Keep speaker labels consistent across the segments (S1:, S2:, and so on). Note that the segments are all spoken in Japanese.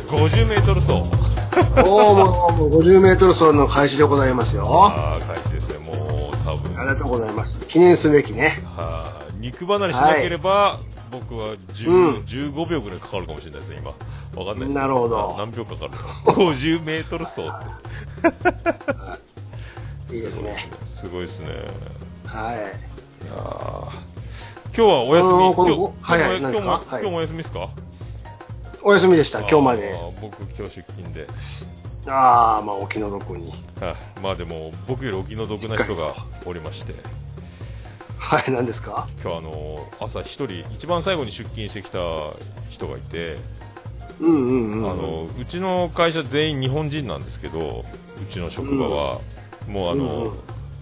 S1: トル走
S2: どうも、もう50メートル走の開始でございますよ。
S1: ああ開始ですねもう多分
S2: ありがとうございます。記念すべきね。
S1: はい肉離れしなければ、僕は10 15秒ぐらいかかるかもしれないですね、今。わかんないです
S2: なるほど
S1: 何秒かかるか。50メートル走って。
S2: いいですね。
S1: すごいですね。
S2: はい。
S1: 今日はお休み。
S2: あ
S1: 今日
S2: のこの
S1: 今日
S2: はいはい
S1: も今日も
S2: 何ですか
S1: 今
S2: はい
S1: 日もお休みですか
S2: お休みでした、今日まで
S1: あ。ー僕、今日出勤で。
S2: ああ、まあ、お気の毒に。
S1: はいまあでも、僕よりお気の毒な人がおりまして、
S2: はい、何ですか
S1: 今日あのー、朝一人、一番最後に出勤してきた人がいて、
S2: うんうん
S1: あ
S2: うん。
S1: のうちの会社全員日本人なんですけどうちの職場は、もうあの、
S2: うんうん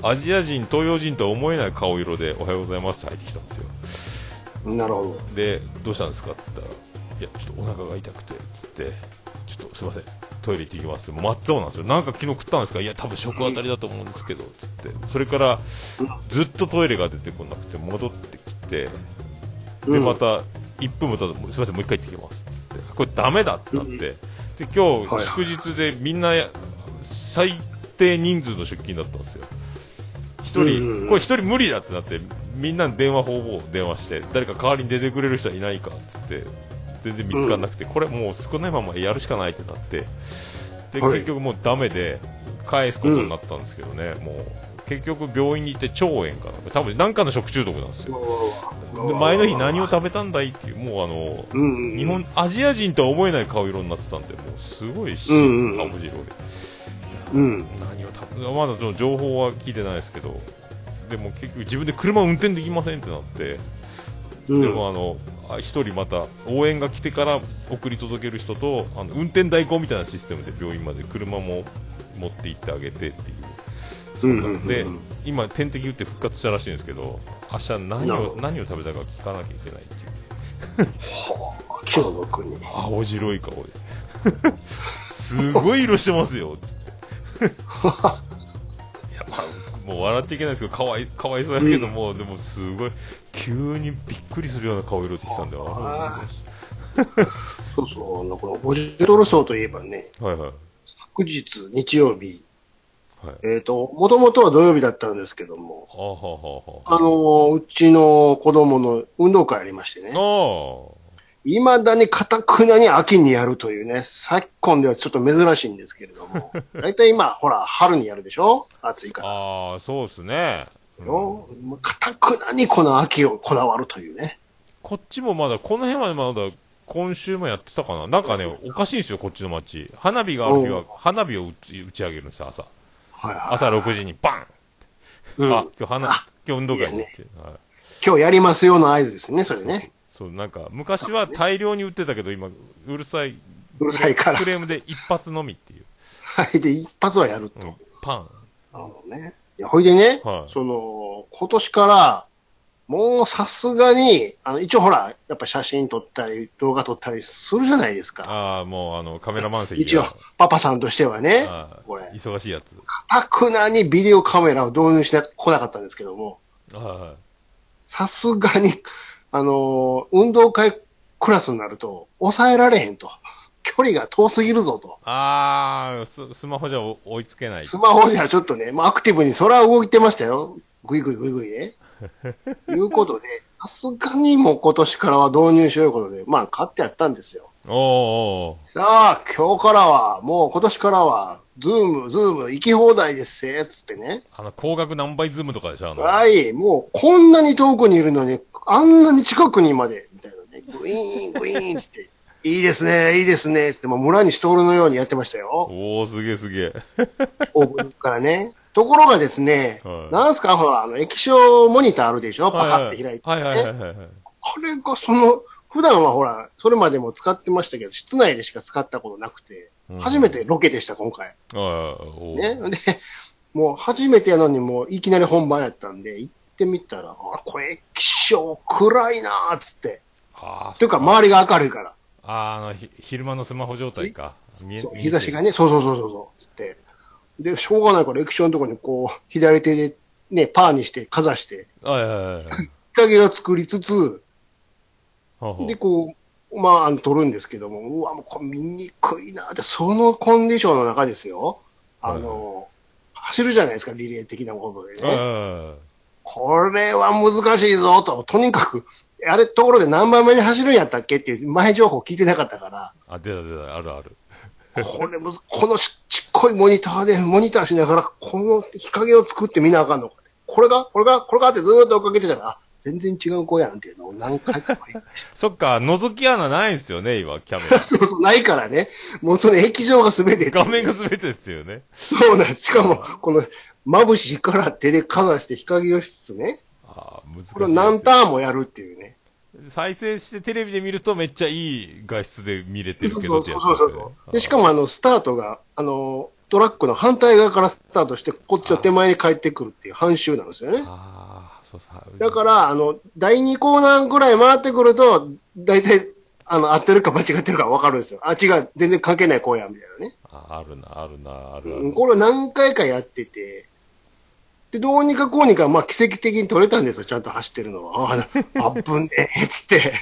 S1: アジア人東洋人とは思えない顔色で「おはようございます」って入ってきたんですよ
S2: なるほど。
S1: で「どうしたんですか?」って言ったら「いやちょっとお腹が痛くて」っつって「ちょっとすいませんトイレ行ってきます」って真っ青なんですよなんか昨日食ったんですかいや多分食当たりだと思うんですけどっつってそれからずっとトイレが出てこなくて戻ってきてでまた1分も経ってすみませんもう1回行ってきますってってこれダメだってなって、で今
S2: はい
S1: 日祝日でみんな最低人数の出勤だったんですよ1人、
S2: うんうんうん
S1: これ1人無理だってなってみんなに電話方々電話して誰か代わりに出てくれる人はいないかっつって全然見つからなくて、これもう少ないままやるしかないってなってで、
S2: はい
S1: 結局もうダメで返すことになったんですけどね、もう結局病院に行って腸炎かなんか多分何かの食中毒なんですよで前の日何を食べたんだいっていうもうあの、
S2: うんうん
S1: 日本アジア人とは思えない顔色になってたんでもうすごいし、
S2: う
S1: 青
S2: んうん
S1: 白い
S2: うん。
S1: 何を食べまだその情報は聞いてないですけどでも結局自分で車を運転できませんってなって、
S2: うん
S1: でもあのあ一人また応援が来てから送り届ける人とあの運転代行みたいなシステムで病院まで車も持って行ってあげてっていう
S2: う
S1: なんんで、
S2: うん
S1: 今、点滴打って復活したらしいんですけど、明日何
S2: なるほ
S1: を
S2: ど
S1: 何を食べたか聞かなきゃいけないっていう、
S2: お気の毒に。
S1: 青白い顔で、すごい色してます よつって、いやまあ、もう笑っちゃいけないですけど、かわいかわいそうやけども、でもすごい、急にびっくりするような顔色ってきたんだよ、
S2: あ
S1: は
S2: そうそう、あの、この50メートル走といえばね、
S1: いはい、はい、
S2: 昨日、日曜日、
S1: あは
S2: えっ、と、もともとは土曜日だったんですけども、
S1: あはあはあ
S2: あのーうちの子供の運動会ありましてね。
S1: あー
S2: いまだにかたくなに秋にやるというね、昨今ではちょっと珍しいんですけれど も、だいたい今、ほら、春にやるでしょ暑いから。
S1: あー、そうですね。うん
S2: よもうかたくなにこの秋をこだわるというね。
S1: こっちもまだ、この辺はまだ、今週もやってたかな。なんかね、おかしいんですよ、こっちの街。花火がある日
S2: う
S1: は
S2: ん、
S1: 花火を打ち打ち上げるんですよ、朝。
S2: はいはい。
S1: 朝6時にバン、
S2: うん、
S1: あ、今日花、今
S2: あ
S1: 日運動会に行って。はい
S2: 今日やりますよの合図ですね、それね。
S1: そう、なんか、昔は大量に打ってたけど、今、うるさい、
S2: うるさいから
S1: ク。レームで一発のみっていう。
S2: はい。で、一発はやると。
S1: うん、パン。
S2: あのね。いや、ほいでね、
S1: はい
S2: その、今年から、もうさすがに、あの、一応ほら、やっぱ写真撮ったり、動画撮ったりするじゃないですか。
S1: ああ、もう、あの、カメラマン席
S2: 一応
S1: が、、
S2: パパさんとしてはね
S1: あ、
S2: これ
S1: ー、忙しいやつ。
S2: かたくなにビデオカメラを導入してこなかったんですけども、
S1: は
S2: さすがに、あのー運動会クラスになると、抑えられへんと。距離が遠すぎるぞと。
S1: い。ああ、ススマホじゃお追いつけない。
S2: スマホにはちょっとね、まあ、アクティブにそれは動いてましたよ。ぐいぐいぐいぐいね。いうことで、さすがにもう今年からは導入しようということで、まあ、買ってやったんですよ。
S1: おーお
S2: さあ、今日からは、もう今年からは、ズーム、ズーム、行き放題ですせ、つってね。
S1: ーあの、高額何倍ズームとかでしょ、あの。
S2: はい、もうこんなに遠くにいるのに、あんなに近くにまで、みたいなね、グイーン、グイーンっつって、いいですね、いいですね、つって、もう村西徹のようにやってましたよ、
S1: おおすげえす げえ。
S2: オープンからね。ところがですね、
S1: はい
S2: なんすか、ほら、あの、液晶モニターあるでしょ、パカって開いて、
S1: はいはいはい
S2: ね。
S1: はいはい。
S2: あれがその、普段はほら、それまでも使ってましたけど、室内でしか使ったことなくて
S1: うん、
S2: 初めてロケでした、今回。
S1: ああ、おう
S2: ね。で、もう初めてやのに、もういきなり本番やったんで、行ってみたら、あこれ、気象暗いなーっつって。
S1: ああ、
S2: というか、周りが明るいから。
S1: あああの、ひ昼間のスマホ状態か。見え
S2: そう
S1: 見えて
S2: 日差しがね、そうそうそうそうそう、つって。で、しょうがないから、液晶のところにこう、左手でね、パーにして、かざして、
S1: はいはいはいはい。
S2: 日陰を作りつつ、
S1: ほうほう
S2: で、こう、まあ、あの、取るんですけども、うわ、もうこれ見にくいなって、そのコンディションの中ですよ。あの、走るじゃないですか、リレー的なことでね。
S1: あ
S2: これは難しいぞと、とにかく、あれ、ところで何番目に走るんやったっけっていう前情報聞いてなかったから、
S1: あ、出た出た、あるある。
S2: これむず、このちちっこいモニターで、モニターしながら、この日陰を作ってみなあかんのか。これが、これが、これがってずーっと追っかけてたら、あ、全然違う子やんっていうのを何回か繰り返して
S1: そっか、覗き穴ないんすよね、今、キャメラ。
S2: そうそう、ないからね。もうその液状が全て。
S1: 画面が全てですよね。
S2: そうなんです。しかも、この、眩しいから手でかざして日陰をしつつね。
S1: ああ、難しい。
S2: これを何ターンもやるっていうね。
S1: 再生してテレビで見るとめっちゃいい画質で見れてる
S2: そう
S1: け
S2: そ
S1: どっ
S2: う
S1: て
S2: そ
S1: や
S2: う
S1: つです
S2: そ
S1: よ
S2: う
S1: ね
S2: で、しかもあの、スタートが、あの、トラックの反対側からスタートして、こっちの手前に帰ってくるっていう反周なんですよね。
S1: ああ、そうさ。
S2: だから、あの、第2コーナーぐらい回ってくると、大体、あの、合ってるか間違ってるか分かるんですよ。あ、違う、全然関係ない子や、みたいなね。
S1: あ、あるな、あるな、あるあ
S2: うん
S1: る。
S2: これを何回かやってて、で、どうにかこうにか、まあ、奇跡的に取れたんですよ、ちゃんと走ってるのは。ああ、あっぶねえ、つって。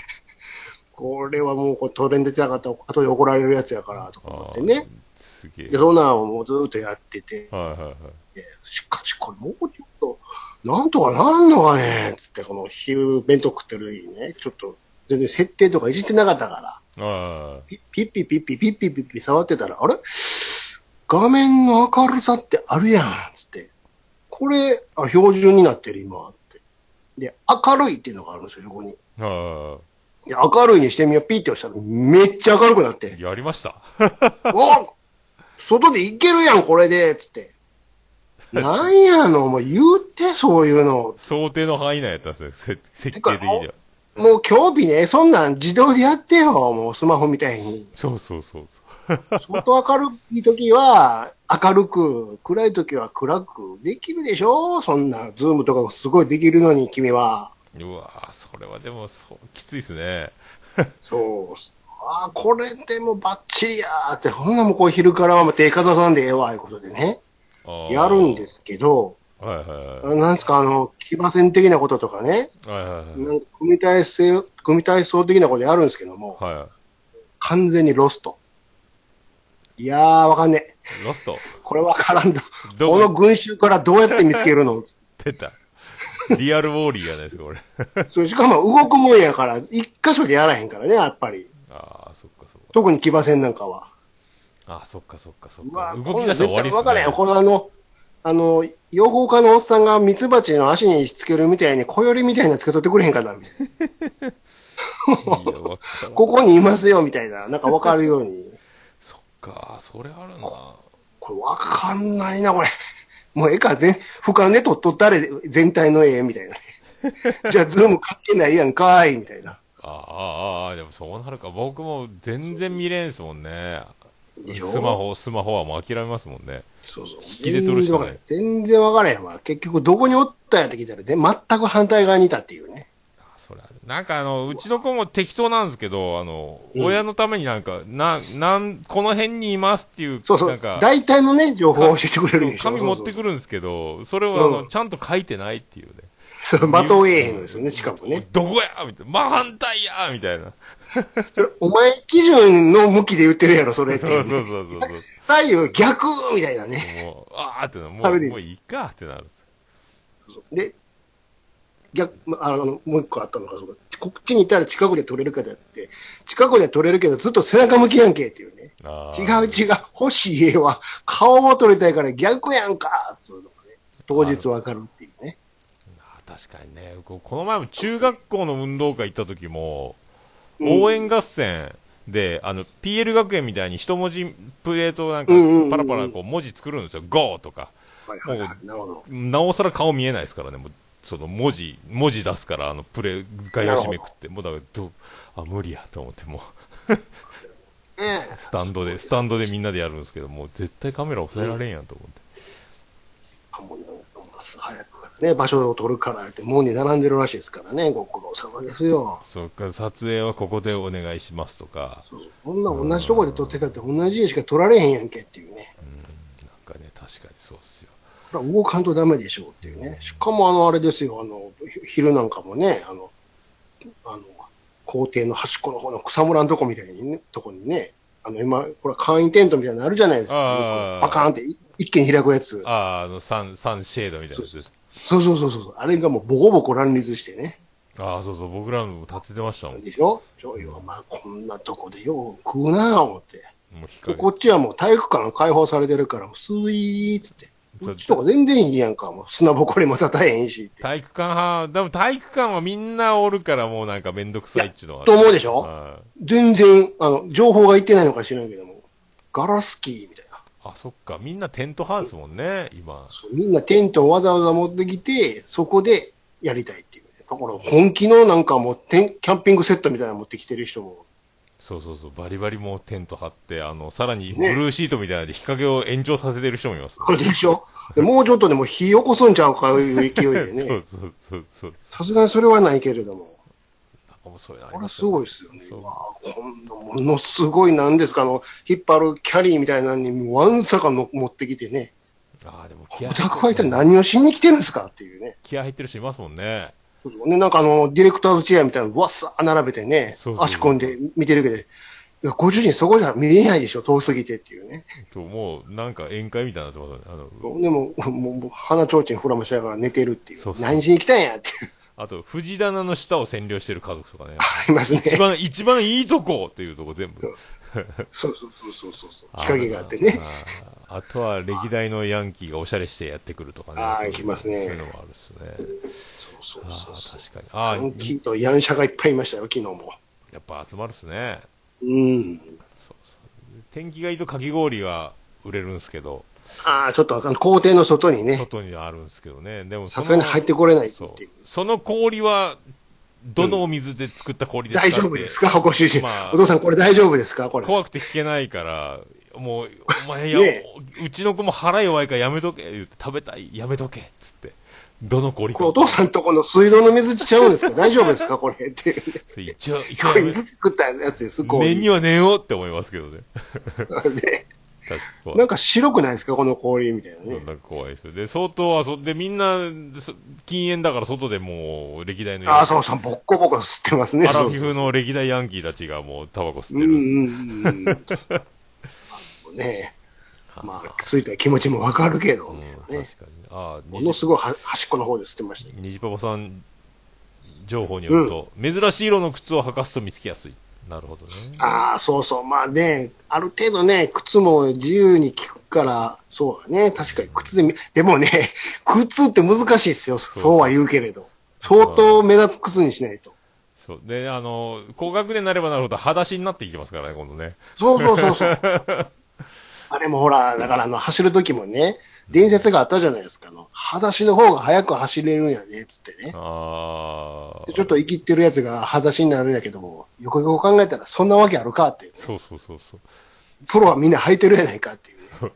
S2: これはもう、これ取れんでてなかったら、後で怒られるやつやから、とか思ってね。
S1: あー。すげえ。
S2: で、そんなんをもうずっとやってて、
S1: はいはいはい。
S2: しかしこれもうちょっと、なんとかなんのかね、つって、この昼弁当食ってる時にね、ちょっと、全然設定とかいじってなかったから、
S1: あ
S2: ピピッピピッピピッピピッピ触ってたら、あれ画面の明るさってあるやんつって。これ、あ、標準になってる今って。で、明るいっていうのがあるんですよ、横に。
S1: あ、ああ、
S2: で明るいにしてみよう。ピッて押したらめっちゃ明るくなって。
S1: やりました。
S2: お外でいけるやん、これでつって。なんやの、もう言うて、そういうの。
S1: 想定の範囲内やったんですね、せ設
S2: て
S1: 計
S2: か
S1: 的には。
S2: もう今日日ね、そんなん自動でやってよ、もうスマホみたいに。
S1: そうそうそうそ
S2: 相当明るい時は明るく、暗い時は暗く、できるでしょそんな、ズームとかすごいできるのに、君は。
S1: う。うわーそれはでもそう、きついですね。
S2: そう。ああ、これでもバッチリやーって、ほんなもうこう昼からはもう手かざさんでええわ、いうことでね、
S1: あー
S2: やるんで。すけど、
S1: はいはいはい。
S2: なんですか、あの、騎馬戦的なこととかね、
S1: はいはいはい
S2: なんか組体制、組体操的なことやるんですけども、
S1: は
S2: 完全にロスト。いやー、わかんねえ。
S1: い。ラスト、
S2: これわからんぞ。
S1: ど
S2: こ
S1: こ
S2: の群衆からどうやって見つけるの
S1: 出た。リアルウォーリーじゃないです か、これ。
S2: そう、しかも動くもんやから、一箇所でやらへんからね、やっぱり。
S1: ああ、そっかそっか。
S2: 特に騎馬戦なんかは。
S1: ああ、そっかそっかそっ
S2: う
S1: か
S2: わ。
S1: 動き出したら終わり
S2: こんなん絶対分からへんよ。
S1: ですね。
S2: このあの、あの、養蜂家のおっさんがミツバチの足につけるみたいに、小よりみたいなつけとってくれへんかな。
S1: いやわからん
S2: ここにいますよ、みたいな。なんか分かるように。
S1: そっか、それあるな。
S2: これ分かんないな、これ。もう絵か、全、俯瞰で撮っとったれ、全体の絵、みたいな。 じゃあ、ズームかけないやんかーい、みたいな。
S1: ああ、ああああ、でもそうなるか。僕も全然見れんすもんね。
S2: でしょ
S1: スマホ、スマホはもう諦めますもんね。
S2: そうそう。
S1: 引きで取るしかない
S2: 全然わからへんわ。結局、どこにおったんやって聞いたら、で、全く反対側にいたっていうね。
S1: あそれあるなんかあの、うちの子も適当なんですけど、あの、
S2: うん
S1: 親のためになんか、な、なん、この辺にいますっていう、
S2: そうそ
S1: なん
S2: う。
S1: か、
S2: 大体のね、情報を教えてくれるんでしょ。
S1: 紙持ってくるんですけど、それをあの、
S2: うん
S1: ちゃんと書いてないっていうね。
S2: そうそうそう的を得えへんのですよね、しかもね。
S1: どこやみたいな。真反対やみたいな。
S2: それ、お前基準の向きで言ってるやろ、それって。
S1: そうそうそうそうそう。
S2: 左右逆みたいなね。
S1: もう、あーってなる、も
S2: あれ
S1: う、
S2: で
S1: もういいかってなるんですよ。
S2: で、逆、まああの、もう一個あったのが、そここっちにいたら近くで取れるかだって、近くで取れるけど、ずっと背中向きやんけっていうね。
S1: あ
S2: 違
S1: ー
S2: う違う、欲しい絵は顔を撮りたいから逆やんかつうのがね、当日わかるっていうね。
S1: あ確かにね、こうこの前も中学校の運動会行った時も、
S2: うん
S1: 応援合戦で、あの、PL 学園みたいに一文字プレートなんか
S2: うんうんうんうん、
S1: パラパラこう文字作るんですよ。GO! とか。
S2: はいはいはい、なるほど。
S1: なおさら顔見えないですからね、もう、その文字、文字出すから、あの、プレイ、外用締めくって、もうだから、どう、あ、無理やと思って、も
S2: え
S1: う、 スタンドで、スタンドでみんなでやるんですけど、もう絶対カメラ抑えられんやんと思って。
S2: え、もうなんかもう早くからね、場所を取るからって、門に並んでるらしいですからね、ご苦労様ですよ。
S1: そうか、撮影はここでお願いしますとか、
S2: そんな同じとこで撮ってたって同じ絵しか撮られへんやんけっていうね。
S1: なんかね、確かにそうっすよ。
S2: これは動かんとダメでしょうっていうね。しかもあの、あれですよ、あの、ひ昼なんかもね、あの、あの、校庭の端っこの方の草むらのとこみたいにね、とこにね、あの、今、ほら、簡易テントみたいなのあるじゃないですか。
S1: あー
S2: よくパカーンってい一軒開くやつ。
S1: ああ、あの、サン、サンシェードみたいなやつです。
S2: そうそうそうそう。あれがもうボコボコ乱立してね。
S1: ああ、そうそう、僕らのも立ててましたもん。も
S2: でしょでしょよ、まあ、こんなとこでよう食うなぁ、思って。
S1: う日陰。
S2: こっちはもう体育館解放されてるから、もうスイーっつって。
S1: ちょ
S2: こっちとか全然いいやんか、もう砂ぼこりもたたえへんしって。
S1: 体育館派、でも体育館はみんなおるからもうなんかめんどくさいっていうのはある。
S2: と思うでしょ
S1: はい
S2: 全然、あの、情報がいってないのか知らんけども、ガラスキーみたいな。
S1: あ、そっか。みんなテントハウスもんね、今。
S2: そうみんなテントをわざわざ持ってきて、そこでやりたいっていうね。だから本気のなんかもうテン、キャンピングセットみたいなの持ってきてる人も、
S1: そうそうそう、バリバリもうテント張って、あの、さらにブルーシートみたいなので日陰を延長させてる人もいます。
S2: これでしょでもうちょっとでも火起こすんちゃうかいう勢い で
S1: そ
S2: ね
S1: う。そうそうそう。
S2: さすがにそれはないけれども。
S1: なんかもうそういうのあり
S2: これ
S1: ま
S2: は
S1: し
S2: す
S1: たね
S2: ごいですよね。
S1: そう
S2: うわあこんなものすごい、なんですか、あの、引っ張るキャリーみたいなのに、わんさかの持ってきてね、
S1: ああ、でも気合
S2: お宅は一体何をしに来てるんですかっていうね。
S1: 気合入ってる人いますもんね。
S2: そうそうね、なんかあの、ディレクターズチェアみたいなのわっさー並べてね
S1: そう、そう
S2: 足込んで見てるけど、いや、ご主人そこじゃ見えないでしょ、遠すぎてっていうね。
S1: と、もう、なんか宴会みたいになってますよね。あの、
S2: でも、もう、もう鼻ちょうちんふらましながら寝てるっていう。
S1: そうそう
S2: 何しに来たんやっていう。
S1: あと、藤棚の下を占領してる家族とかね。
S2: ありますね。
S1: 一 番、一番いいとこっていうとこ全部。
S2: そうそうそうそうそうそう。日陰があってね。
S1: あー。あとは歴代のヤンキーがおしゃれしてやってくるとかね。
S2: あー
S1: そういう
S2: 来ますね
S1: そういうのもあるっすね。
S2: そうそう
S1: あ
S2: そう
S1: あ
S2: そう。
S1: ー、確か
S2: ヤ
S1: に。
S2: ン
S1: あ
S2: キーとヤンシャがいっぱいいましたよ、昨日も。
S1: あ、やっぱ集まるっすね。
S2: うん。
S1: そうそう。天気がいいとかき氷が売れるんですけど、
S2: ああ、ちょっとあの校庭の外にね、
S1: 外にあるんですけどね。でもそ
S2: さ
S1: の、
S2: すがに入ってこれないってい
S1: そうう。その氷は、どのお水で作った氷ですか、
S2: 大丈夫ですかご主人、
S1: まあ
S2: お父さん、これ大丈夫ですかこれ。
S1: 怖くて聞けないから、もう、お前や、
S2: ねえ
S1: うちの子も腹弱いからやめとけ、言って、食べたい、やめとけ、つって。どの氷
S2: こ
S1: か
S2: れお。父さんとこの水道の水ちゃうんですか 大丈夫ですかこれって。
S1: それ一応、一応
S2: こ
S1: や
S2: れ
S1: め
S2: い、つ作ったやつですこう
S1: 念には念をって思いますけどね。
S2: ね
S1: 確か
S2: なんか白くないですかこの氷みたいな
S1: そ
S2: ね
S1: ん。な怖いですよ。で、相当遊んで、みんな、そ禁煙だから外でもう、歴代のヤンキー
S2: ああ、そうそう、ボッコボコ吸ってますね。
S1: アラフ
S2: そ
S1: ィ
S2: う
S1: フの歴代ヤンキーたちがもう、タバコ吸っ
S2: う
S1: て
S2: ん
S1: る
S2: うん
S1: です。
S2: んうん。あのねまあ、ついた気持ちもわかるけど、
S1: うん、
S2: ね
S1: 確かに。ああ、
S2: ものすごいは端っこの方で吸ってましたね。
S1: 虹パパさん情報によると、珍しい色の靴を履かすと見つけやすい。なるほどね。
S2: ああ、そうそう。まあね、ある程度ね、靴も自由に効くから、そうだね。確かに靴で見、でもね、 靴って難しいですよ。そうは言うけれど。相当目立つ靴にしないと。
S1: そう。で、あの、高学年になればなるほど、裸足になっていきますからね、今度ね。
S2: そうそうそう そう。あれもほら、だからあの、走る時もね、伝説があったじゃないですか。あの、裸足の方が早く走れるんやね、つってね。
S1: ああ。
S2: ちょっと生きってるやつが裸足になるんやけども、よくよく考えたらそんなわけあるかっていうね、
S1: そうそうそうそう。
S2: プロはみんな履いてるやないかっていうね。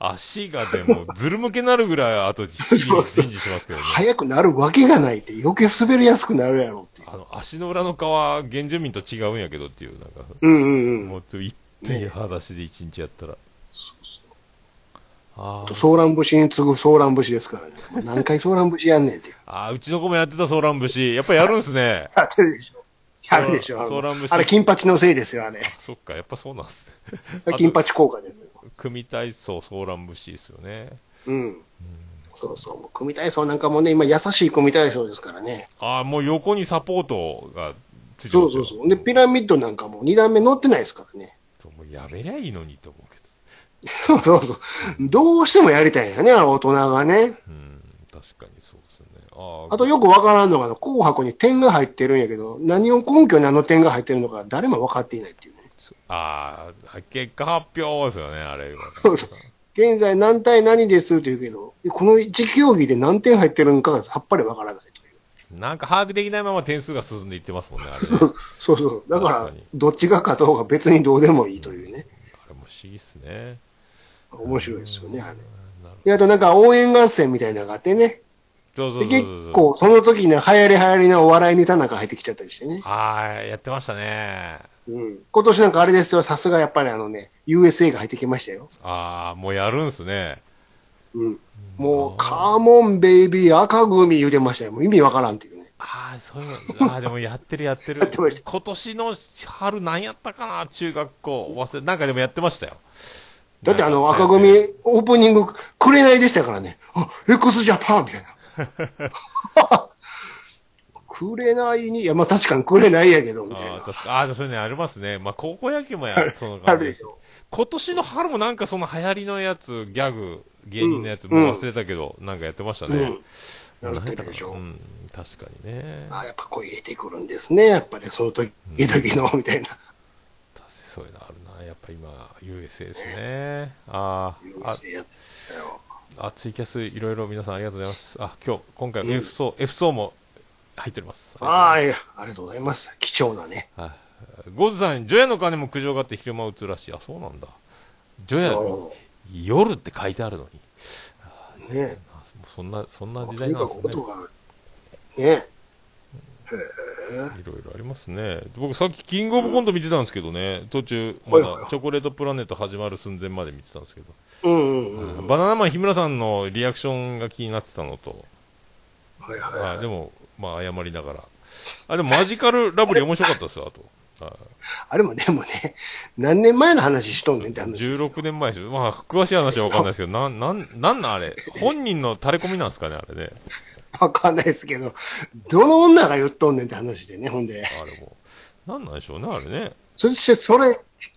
S1: 足がでも、ずるむけなるぐらい、あと、人事しますけどね。
S2: 速くなるわけがないって、余計滑りやすくなるやろっていう。
S1: あの、足の裏の皮、原住民と違うんやけどっていう、なんか、
S2: うんうんう
S1: も
S2: ん。
S1: う、一点裸足で一日やったら。あー
S2: とソーラン節に次ぐソーラン節ですからね。もう何回ソーラン節やんねんって。
S1: あー、うちの子もやってたソーラン節。やっぱやるんすね。
S2: やってるでしょ。やるでしょ。あ
S1: ソーラン
S2: の
S1: 節
S2: あれ、金八のせいですよ、あれ。
S1: そっか、やっぱそうなんすね。あと
S2: 金八効果ですよ。
S1: 組体操、ソーラン節ですよね。
S2: うん。そうそう。もう組体操なんかもね、今、優しい組体操ですからね。
S1: ああ、もう横にサポートがついて
S2: そ
S1: ま
S2: う
S1: す
S2: そ
S1: よ
S2: うそう。で、ピラミッドなんかも2段目乗ってないですからね。
S1: もうやめりゃいいのにと思うけ
S2: そうそうそう。どうしてもやりたいんやね、あの大人がね。
S1: ど。うん、確かにそうですね。ああ、
S2: あとよくわからんのが、あの紅白に点が入ってるんやけど、何を根拠にあの点が入ってるのか誰も分かっていないっていうね。
S1: ああ、結果発表ですよね、あれは。
S2: そうそう現在何対何ですって言うけど、この1競技で何点入ってるのかがさっぱりわからないという。
S1: なんか把握できないまま点数が進んでいってますもんね、あれね。
S2: そう そう。だか
S1: 確
S2: ら
S1: かに、
S2: どっちが勝とうが別にどうでもいいというね。
S1: あれも不思議っすね。
S2: 面白いですよね、
S1: な
S2: あれ。
S1: るほ
S2: で、あとなんか応援合戦みたいなのがあってね。
S1: ど。そう
S2: で
S1: そうそう
S2: 結
S1: そう。
S2: 構その時に流行り流行りのお笑いネタなんか入ってきちゃったりしてね。
S1: ああ、やってましたね。
S2: うん。今年なんかあれですよ、さすがやっぱりあのね、USA が入ってきましたよ。
S1: ああ、もうやるんすね。
S2: うん。もう、カーモンベイビー赤組言うてましたよ。もう意味わからんっていうね。
S1: ああ、そういうの、ああ、でもやってるやって る。
S2: てました
S1: 今年の春何やったかな、中学校。忘れ、なんかでもやってましたよ。
S2: だってあの
S1: なんか
S2: 赤組オープニングくれないでしたからね。あ、x ジャパンみたいな。 くれないに、いやまあ確かにくれないやけど、みたい
S1: ああ、
S2: な。
S1: 確か、ああ、そういうのありますね。まあ、高校野球もやる、その
S2: あるでしょ。
S1: 今年の春もなんかその流行りのやつ、ギャグ、芸人のやつ、もう忘れたけど、なんかやってましたね。
S2: うん
S1: 何やった
S2: やって
S1: か
S2: るでしょ
S1: うん、確かにね。
S2: あやっぱこう入れてくるんですね。やっぱりその時々の、みたいな。
S1: 確かにそういうのあるな。やっぱ今、USA ですね。あ
S2: いう
S1: あ、あ
S2: やつだよ
S1: あ、ツイキャスいろいろ皆さんありがとうございます。あ、今日、今回 F 層、F 層も入っております。
S2: ああ、いや、ありがとうございます。貴重なね。
S1: はい。ゴズさん、ジョヤの金も苦情があって昼間打つらしい。あ、そうなんだ。ジョ
S2: なる
S1: ヤ、
S2: ほ
S1: 夜って書いてあるのに。
S2: ど。ね。
S1: あそんな、そんな
S2: と
S1: 時代
S2: に
S1: なん
S2: か
S1: です
S2: く
S1: ね
S2: 音。が、ね。
S1: いろいろありますね。僕さっきキングオブコント見てたんですけどね、途中、ま
S2: はいはい
S1: だ
S2: はい
S1: チョコレートプラネット始まる寸前まで見てたんですけど、
S2: うんうんうん。
S1: バナナマン日村さんのリアクションが気になってたのと、
S2: はいはい
S1: あ
S2: はい。
S1: でも、まあ謝りながら。あ、でもマジカルラブリー面白かったですよ、あと。あ
S2: あれもでもね、何年前の話しとんねんって話ですよ。
S1: 16年前ですよ。まあ、詳しい話はわかんないですけど、なん、なん、なんなんあれ。本人の垂れ込みなんですかね、あれね。
S2: わかんないですけど、どの女が言っとんねんって話でね、ほんで。
S1: あれも。なんなんでしょうね、あれね。
S2: そして、それ、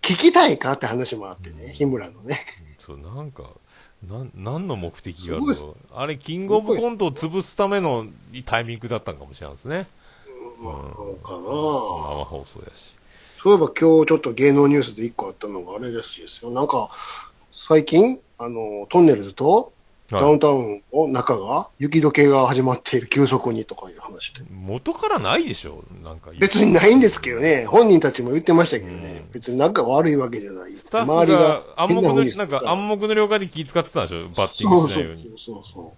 S2: 聞きたいかって話もあってね、日村のね。
S1: そう、なんか、なん、何の目的がある
S2: す
S1: のあれ、キングオブコントを潰すためのタイミングだったんかもしれないですね。
S2: まあ、そうかな
S1: 生放送やし。
S2: そういえば今日ちょっと芸能ニュースで一個あったのがあれですよ。なんか、最近、あの、トンネルズと
S1: は
S2: ダ
S1: い
S2: ウンタウンの中が、雪解けが始まっている急速にとかいう話で。
S1: 元からないでしょなんか。
S2: 別にないんですけど。ね、本人たちも言ってましたけどね
S1: う、ん
S2: 別に仲悪いわけじゃない。
S1: スタッフが暗
S2: 変
S1: 黙
S2: な
S1: の、
S2: 風に
S1: なんか暗黙の了解で気使ってたんでしょバッティン
S2: そう
S1: グしな
S2: そ
S1: いよう
S2: う
S1: に。
S2: そうそ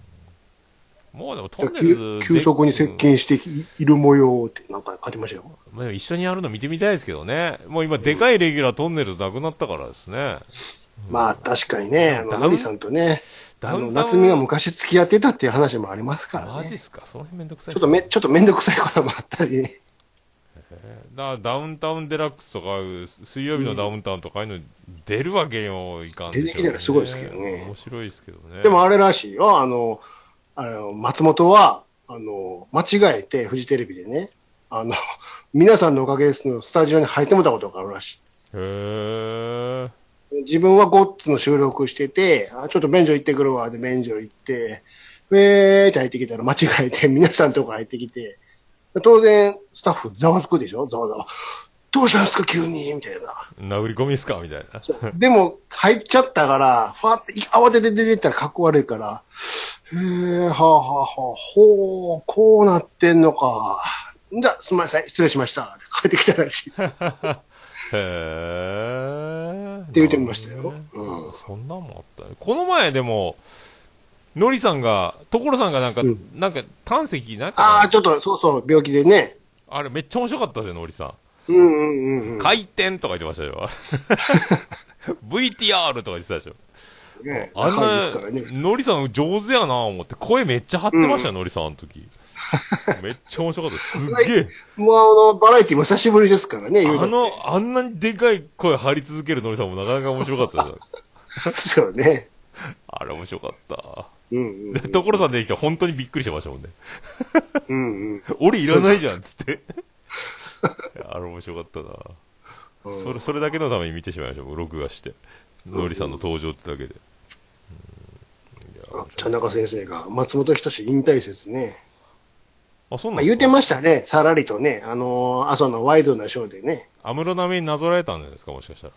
S2: う。
S1: もうでもトンネルズ
S2: 急
S1: で。
S2: 急速に接近している模様ってなんか書きましたよ。
S1: まあでも一緒にやるの見てみたいですけどね。もう今、でかいレギュラートンネルズなくなったからですね。
S2: まあ確かにね、あの、
S1: ダウン
S2: ナミさんとね、
S1: ダ
S2: あ
S1: ウンタウ
S2: の、
S1: ン
S2: 夏美が昔付き合ってたっていう話もありますから
S1: マ
S2: ね。
S1: ジっ
S2: ち
S1: すかその辺めんどくさい
S2: ょっとめ、ちょっとめんどくさいこともあったり、
S1: だからダウンタウンデラックスとか、水曜日のダウンタウンとかああいうの出るわけよ、いかんでしょう、
S2: 出てきたらすごいですけどね
S1: 面白いですけどね。
S2: でもあ
S1: れ、
S2: れらしいよ、あの、あの、松本は、あの、間違えて、フジテレビでね、あの、 皆さんのおかげですのスタジオに入ってもらったことがあるらしい。
S1: へー
S2: 自分はゴッツの収録してて、あちょっと便所行ってくるわ、で便所行って、ウェーって入ってきたら間違えて、皆さんとか入ってきて、当然、スタッフざわつくでしょざわざわ。どうしたんですか急にみたいな。
S1: 殴り込みっすかみたいな。
S2: でも、入っちゃったから、ふわって、い慌てて出てったらかっこ悪いから、へー、はあ、はあはあ、ほう、こうなってんのか。じゃあ、すみません、失礼しました。って帰ってきたらしい。 っ
S1: へ
S2: て
S1: ーって
S2: 言ってみましたよ。うん。
S1: そんなんもあったね。この前でも、のりさんが、所さんがなんか、
S2: うん
S1: なんか、胆石なん
S2: ああ、
S1: か、
S2: ちょっと、そうそう、病気でね。
S1: あれめっちゃ面白かったですよ、のりさん。
S2: うんうんうんうん。
S1: 回転とか言ってました よ。VTR とか言ってたでしょ。
S2: ね、
S1: あん
S2: 若いですからね。
S1: な、のりさん上手やな思って、声めっちゃ張ってましたよ、のりさんあの 時。めっちゃ面白かった。すっげえ。
S2: もうあの、バラエティも久しぶりですからね、言う
S1: あの、あんなにでかい声張り続けるのりさんもなかなか面白かったですよ。
S2: ですよね。
S1: あれ面白かった。
S2: うんうん。
S1: 所さんできて本当にびっくりしてましたもんね。
S2: うん
S1: 俺いらないじゃんっつって。 いやあれ面白かった
S2: う。
S1: なんそれ、それだけのために見てしまいましたもん、録画して。のりさんの登場ってだけで。
S2: あ田中先生が、松本人志引退説ね。
S1: あ、そう
S2: ま
S1: な
S2: あ、
S1: ん
S2: 言
S1: ですか
S2: うてましたね、さらりとね、あのー朝のワイドなショーでね。
S1: 安室奈美になぞらえたんじゃないですか、もしかしたら。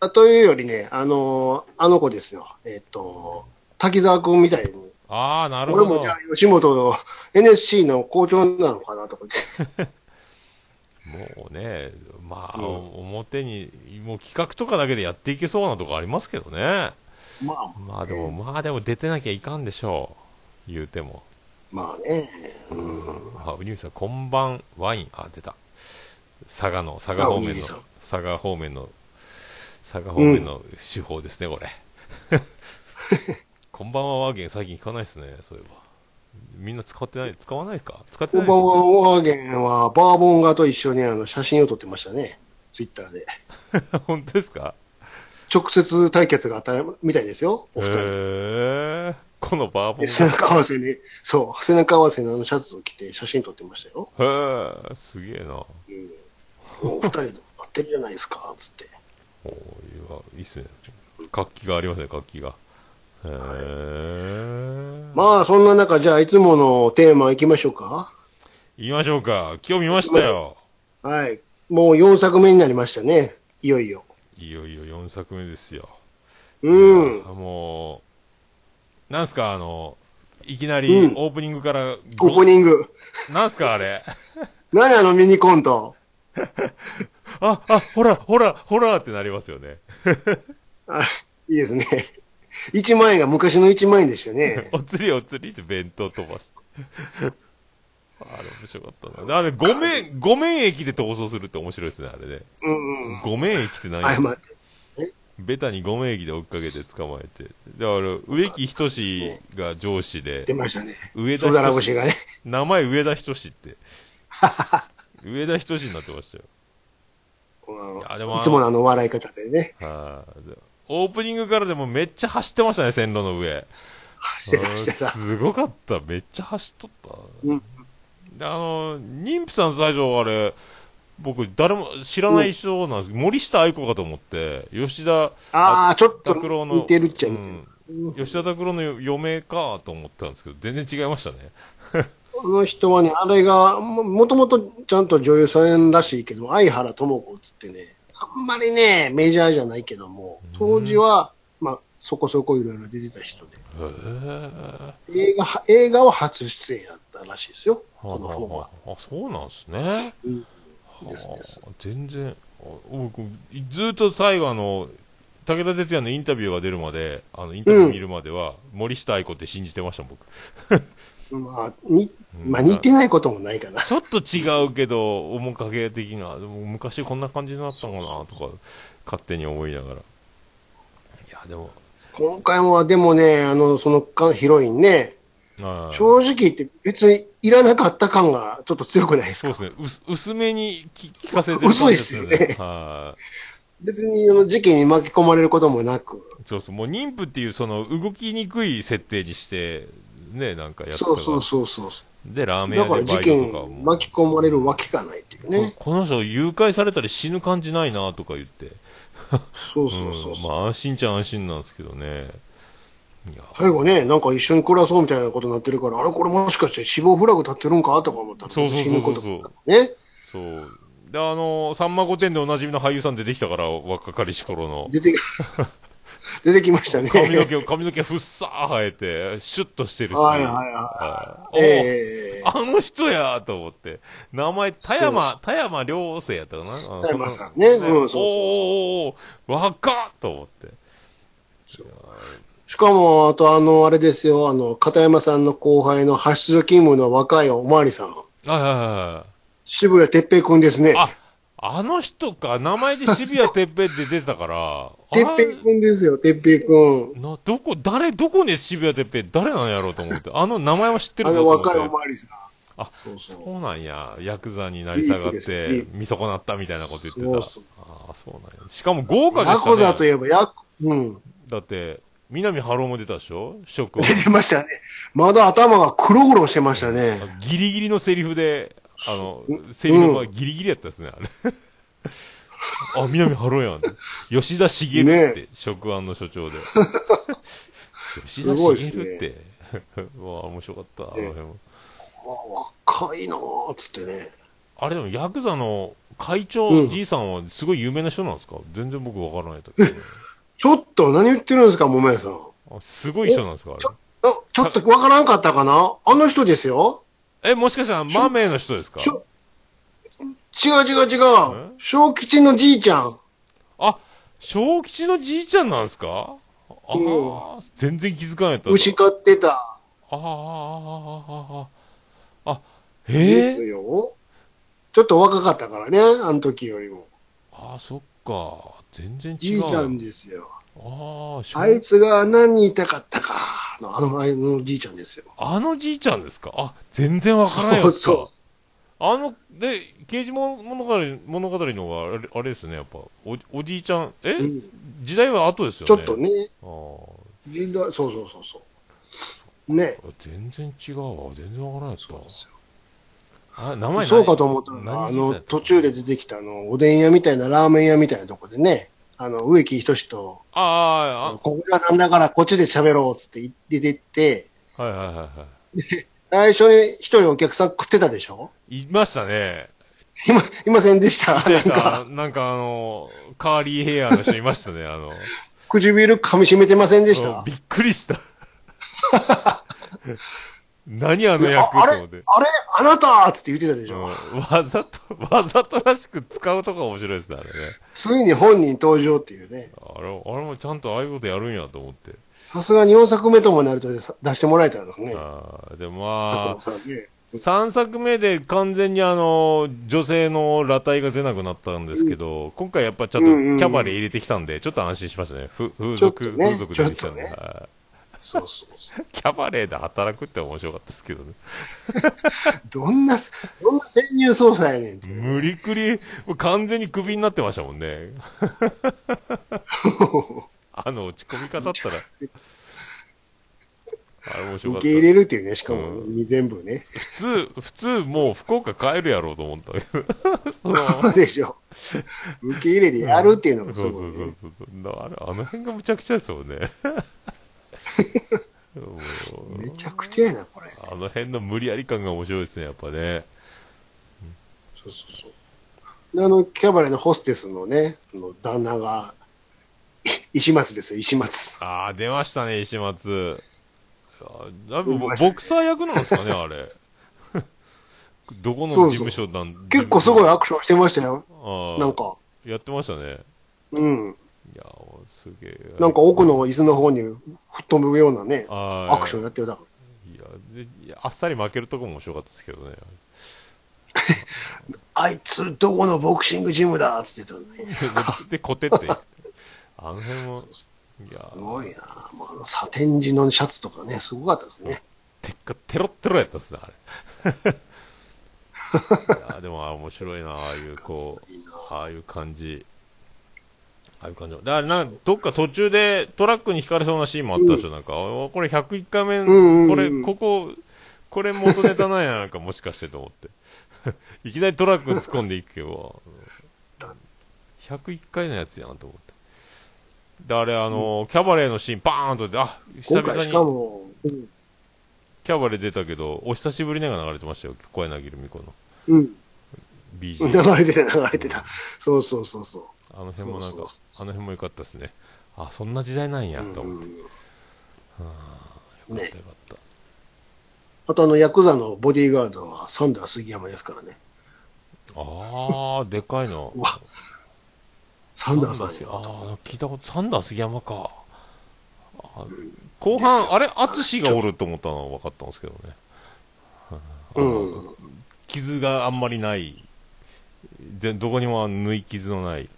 S2: あというよりね、あのーあの子ですよ、えっと、滝沢君みたいに。
S1: ああ、なるほ
S2: 俺
S1: ど。
S2: もじゃあ、吉本の NSC の校長なのかなとか言って。
S1: もうね、まあ、
S2: うん
S1: 表に、もう企画とかだけでやっていけそうなとこありますけどね。
S2: まあ、
S1: まあでも、まあでも出てなきゃいかんでしょう。言うても。
S2: まあね。うん。
S1: あ、ウニウさん、こんばん、ワイン、あ、出た。佐賀の、佐賀方面の
S2: あウニウさん、
S1: 佐賀方面の、佐賀方面の手法 ですね、これ。こんばんは、ワーゲン、最近聞かないですね、そういえば。みんな使ってない、使わないか使って
S2: オ
S1: ない
S2: バマワーゲンはバーボンガと一緒にあの写真を撮ってましたね。ツイッターで。
S1: 本当ですか
S2: 直接対決が当たるみたいですよ、お
S1: へ
S2: 二人。
S1: えこのバーボン
S2: で背中合わせに、そう、背中合わせのあのシャツを着て写真撮ってましたよ。
S1: へえすげえな。
S2: うん、お二人合ってるじゃないですか、つって。
S1: おーいやいいっすね。活気がありますね、活気が。へえ、
S2: まあ、そんな中、じゃあ、いつものテーマ行きましょうか。
S1: 言いましょうか。今日見ましたよ。
S2: はい。もう4作目になりましたね。いよいよ。
S1: いよいよ4作目ですよ。
S2: うん。
S1: あもう、なんすか、あの、いきな
S2: う
S1: り
S2: ん
S1: オープニングから、
S2: オープニング。
S1: なんすか、あれ。
S2: 何あのミニコント。
S1: あ、あ、ほら、ほら、ほらってなりますよね。
S2: あいいですね。1万円が昔の1万円でし たね。
S1: お釣りお釣りって弁当飛ばして。あれ面白かったな。あれ、ごめん、ごめん駅で逃走するって面白いですね、あれね。
S2: うんうん。
S1: ごめん駅って何
S2: 謝って。
S1: ベタにごめん駅で追っかけて捕まえて。だから、植木仁が上司
S2: 出
S1: で、
S2: ましたね。
S1: 上田
S2: そだら
S1: 仁
S2: しがね。
S1: 名前上田仁って。上田仁になってましたよ。
S2: うん
S1: やでもあの
S2: いつものあの笑い方でね。
S1: はいでオープニングからでもめっちゃ走ってましたね、線路の上。
S2: 走ってました
S1: うんすごかった。めっちゃ走っとった。
S2: うん
S1: で、あの、妊婦さん最初あれ、僕、誰も知らない人なんですけど、森下愛子かと思って、吉田
S2: ああ、ちょっと
S1: 拓郎の、
S2: 似てるっちゃ
S1: う
S2: 似
S1: ん
S2: てる。
S1: 吉田拓郎の嫁かと思ったんですけど、全然違いましたね。
S2: この人はね、あれが、ももともとちゃんと女優さんらしいけど、相原智子っつってね、あんまりね、メジャーじゃないけども、当時は、まあ、そこそこいろいろ出てた人で、
S1: へー
S2: 映画、映画は初出演やったらしいですよ、
S1: は
S2: この本は。
S1: あはああそうなんですね。
S2: うん
S1: はあ
S2: ですです
S1: 全然、あ僕、ずっと最後、あの武田鉄矢のインタビューが出るまで、あのインタビュー見るまでは、森下愛子って信じてました、僕。
S2: まあ、に
S1: うん
S2: まあ、似てないこともないかな。
S1: ちょっと違うけど、面影的な、でも昔こんな感じになったのかなとか、勝手に思いながら。いや、でも、
S2: 今回も、でもね、あの、そのかヒロインね、
S1: あー
S2: 正直言って別にいらなかった感がちょっと強くないです
S1: そう
S2: か
S1: ですね、薄薄めにき聞かせてる
S2: 薄いっすよね
S1: 感じですはい。
S2: 別にあの事件に巻き込まれることもなく、
S1: そうそう、もう妊婦っていうその動きにくい設定にして、ね、なんかやったか
S2: そ
S1: ら
S2: うそうそうそう。
S1: で、ラーメン
S2: だか
S1: 屋
S2: ら
S1: で
S2: 事
S1: バイト
S2: 件
S1: とかも。
S2: 巻き込まれるわけがないっていうね。
S1: ここの人誘拐されたり死ぬ感じないなとか言って。
S2: そうそうそう。
S1: んまあ安心っちゃ安心なんですけどね。いや、
S2: 最後ね、なんか一緒に暮らそうみたいなことになってるから、あれこれもしかして死亡フラグ立ってるんかとか思ったら、
S1: そうそうそうそう
S2: 死ぬことになるね。
S1: そう。で、あの、さんま御殿でおなじみの俳優さん出てきたから、若かりし頃の。
S2: 出て、 出てきましたね。
S1: 髪の毛を、髪の毛ふっさー生えて、シュッとしてるし。
S2: はいはいは
S1: はい
S2: い。
S1: お
S2: ええ
S1: あの人やと思って。名前、田山、田山良生やったかな
S2: 田山さんね
S1: あの
S2: うんそうそう
S1: おーおーおー若っと思って。
S2: しかも、あとあの、あれですよ、あの、片山さんの後輩の発出勤務の若いおまわりさん、
S1: はいはいはい。
S2: 渋谷哲平君ですね。
S1: あ、あの人か。名前で渋谷哲平って出てたから。
S2: 哲
S1: あ
S2: 平君ですよ、哲平君。
S1: な、どこ、誰、どこに渋谷哲平、誰なんやろうと思って。あの名前は知って
S2: あ
S1: るぞ
S2: の
S1: と思って。
S2: 若いおまわりさん。
S1: あ
S2: そうそう
S1: そうなんや。ヤクザになり下がっ
S2: いいです
S1: て
S2: ね、
S1: 見損なったみたいなこと言ってた。
S2: そうそう
S1: ああ、そうなんや。しかも豪華で
S2: ヤ
S1: し
S2: コ
S1: た
S2: ザとい
S1: ね。
S2: えば、ヤコ、うん。
S1: だって、南春夫も出たでしょショック
S2: 出てましたね。まだ頭が黒々してましたね。
S1: ギリギリのセリフで、あの、セリフはギリギリやったですね、あれ。 あ、南ハロやん。吉田茂って、職案の所 長で。吉田茂って、 うわあ面白かった、あの辺も。
S2: 若いなーっつってね。
S1: あれでも、ヤクザの会長、
S2: うん
S1: じいさんはすごい有名な人なんですか全然僕わからないとけ ど、
S2: ちょっと何言ってるんですか、もめさん。
S1: あすごい人なんですかあ
S2: ちょあちょっとわからんかったかなあの人ですよ
S1: れ。え、もしかしたら、マメの人ですか
S2: ちょ違う違う違う。小吉のじいちゃん。
S1: あ、小吉のじいちゃんなんですかああ、
S2: う
S1: 全然気づかないと。
S2: 牛飼ってた。
S1: あーあー、あーあー、あー
S2: で
S1: へ
S2: す
S1: え。
S2: よ。ちょっと若かったからね、あの時よりも。
S1: あー、そっか。全然違う。
S2: じいちゃんですよ。
S1: ああ、しょ
S2: あいつが何人いたかったか、のあの、あのじいちゃんですよ。
S1: あのじいちゃんですかあ、全然わからないやつ
S2: そう
S1: か。あの、で、刑事物語、物語の方があれ、あれですね、やっぱ、おおじいちゃん、え、
S2: うん
S1: 時代は後ですよね。
S2: ちょっとね、
S1: あー
S2: 時代そうそうそうそう。ね。
S1: 全然違うわ。全然わからなかっ
S2: そ
S1: た。あ、名前何
S2: うかと思ったら、あ
S1: 何人
S2: の、
S1: だった
S2: 途中で出てきた、あの、おでん屋みたいな、ラーメン屋みたいなとこでね、あの、植木仁と、
S1: あ
S2: ここがなんだからこっちで喋ろうっつって言って出てって、
S1: ーあー、あはいはいはいは
S2: 最初に一人お客さん食ってたでしょ
S1: い。いましたね。
S2: 今、いませんでした。な
S1: なん
S2: んか、
S1: か、なんかあの、カーリーヘアの人いましたね、あの。
S2: 唇噛み締めてませんでし
S1: うん
S2: た
S1: び。っくりした。 何あの
S2: あ
S1: 役
S2: あ
S1: と
S2: れ
S1: 思って。
S2: あれあなたっつって言ってたでし
S1: う
S2: ょ、
S1: んわざと、わざとらしく使うとこ面白いですね、あれね。
S2: ついに本人登場っていうね。
S1: あれ、あれもちゃんとああいうことやるんやと思って。
S2: さすがに4作目ともなると出してもらえたんですね。
S1: ああ、で、まあ、
S2: 佐藤さん
S1: 3
S2: ね
S1: 作目で完全にあの、女性の裸体が出なくなったんですけど、今回やっぱちょっと
S2: うんうんうん
S1: キャバレー入れてきたんで、ちょっと安心しましたね。ふ風
S2: ちょっと
S1: 俗、
S2: ね
S1: 風俗出てきたんで、
S2: ちょっと
S1: は
S2: そうそうそう。
S1: いキャバレーで働くって面白かったですけどね。
S2: どんな、どんな潜入捜査やねんって。
S1: 無理くり、もう完全にクビになってましたもん ね。あの落ち込み方だったら。あれ面白かっ
S2: 受
S1: た
S2: け。入れるっていうね、しかも、
S1: う
S2: 全部ね。
S1: 普通、普通もう福岡帰るやろうと思ったけ ど。その
S2: そうでしょ。受け入れてやるっていうのがす
S1: そうそ
S2: ごいう
S1: そ
S2: ね
S1: う。そうだからあれあの辺がむちゃくちゃですよね もう
S2: めちゃくちゃやな、これ。
S1: あの辺の無理やり感が面白いですねやっぱね
S2: そうそうそう。であの、キャバレーのホステスのね、あの旦那が、い石松ですよ、石松。
S1: ああ出ましたね石松あだ
S2: 出ましたね
S1: ボクサー役なんですかねあれ どこの
S2: そうそう
S1: 事務所なん
S2: 結構すごいア
S1: あ
S2: クションしてましたよ。
S1: ー
S2: なんか、
S1: やってましたね
S2: うん。
S1: いやーすげえ
S2: なんか奥の椅子の方に吹っ飛ぶようなね、
S1: あ
S2: アクションやってるだか
S1: ンいやでいやあっさり負けるとこも面白かったですけどね
S2: ら。あいつ、どこのボクシングジムだっつってたのね。
S1: でで、コテって。あの辺も、いや
S2: す
S1: ー、
S2: ごいなもうあの、サテン地のシャツとかね、すごかったですね。
S1: てっか、テロッテロやったっすね、あ れ。いやーでも、あー面白いな、ああいう、こう、
S2: いいな
S1: ああいう感じ。ああいう感じ。だから、なんか、どっか途中でトラックにひかれそうなシーンもあったでしょ、なんか、あーこれ101回目、
S2: んうん
S1: これ、ここ、これ元ネタなんや、なんか、もしかしてと思って。 いきなりトラックに突っ込んでいくけど、101回のやつやんと思って。で、あれ、あの、キャバレーのシーン、バーンと出て、あ、久
S2: 今
S1: 々
S2: 回
S1: に
S2: しかも、うん。
S1: キャバレー出たけど、お久しぶりねが流れてましたよ、小柳ルミ子の
S2: うん。流
S1: BG。
S2: れてた、流れてた。そうそうそうそう。
S1: あの辺もなん
S2: そ
S1: か
S2: うそう、
S1: あの辺も良かったですね。あ、そんな時代なんや、と思って。
S2: うん
S1: よかっ
S2: ね
S1: た、よかった。
S2: あとあの、ヤクザのボディーガードはサンダー杉山ですからね。
S1: あー、でかいの。
S2: わサンダーさん
S1: 杉
S2: よ。
S1: あー、聞いたこと、サンダー杉山か。あ後半、あれ、淳がおると思ったのは分かったんですけどね。あ
S2: う
S1: の
S2: ん。
S1: 傷があんまりない、全どこにも縫い傷のない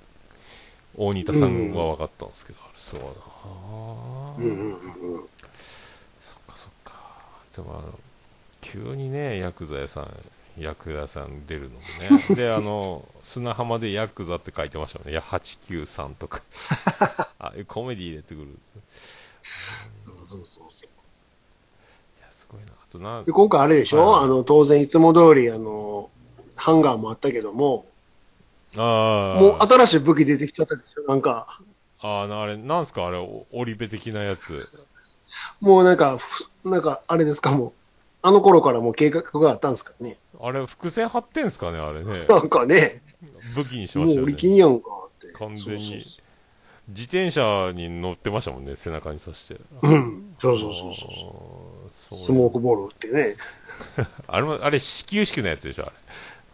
S1: 大仁田さんは分かったんですけど、あれそうだなあ、
S2: うんうんうんうん。
S1: そっかそっか、でもあの急にね、ヤクザ屋さん、ヤクザ屋さん出るのも ね、で、あの砂浜でヤクザって書いてましたもんね、いや893とか、 あコメディ入れてくる、い
S2: そうそうそう
S1: や、すごいな、あとな
S2: で、今回あれでし
S1: は
S2: ょ
S1: い
S2: あの、当然いつも通り、あの、ハンガーもあったけども、
S1: あー
S2: もう新しい武器出てきちゃったでしょなんか、
S1: あーなあれ、なんすか、あれ、お織部的なやつ。
S2: もうなんか、ふなんか、あれですかもう、あの頃からもう計画があったんですかね
S1: あれ、伏線張ってんすかね、あれ ね。
S2: なんかね、
S1: 武器にし
S2: も
S1: ました
S2: う
S1: よ
S2: 売り
S1: ね
S2: 切。んやんかって。
S1: 完全に
S2: そうそう
S1: 自転車に乗ってましたもんね、背中に刺して。
S2: そう。うん。そうそうそうそ
S1: あ
S2: う。
S1: ーそう
S2: スモークボール打ってね。
S1: あれも、あれ、始球式のやつでしょ、あれ。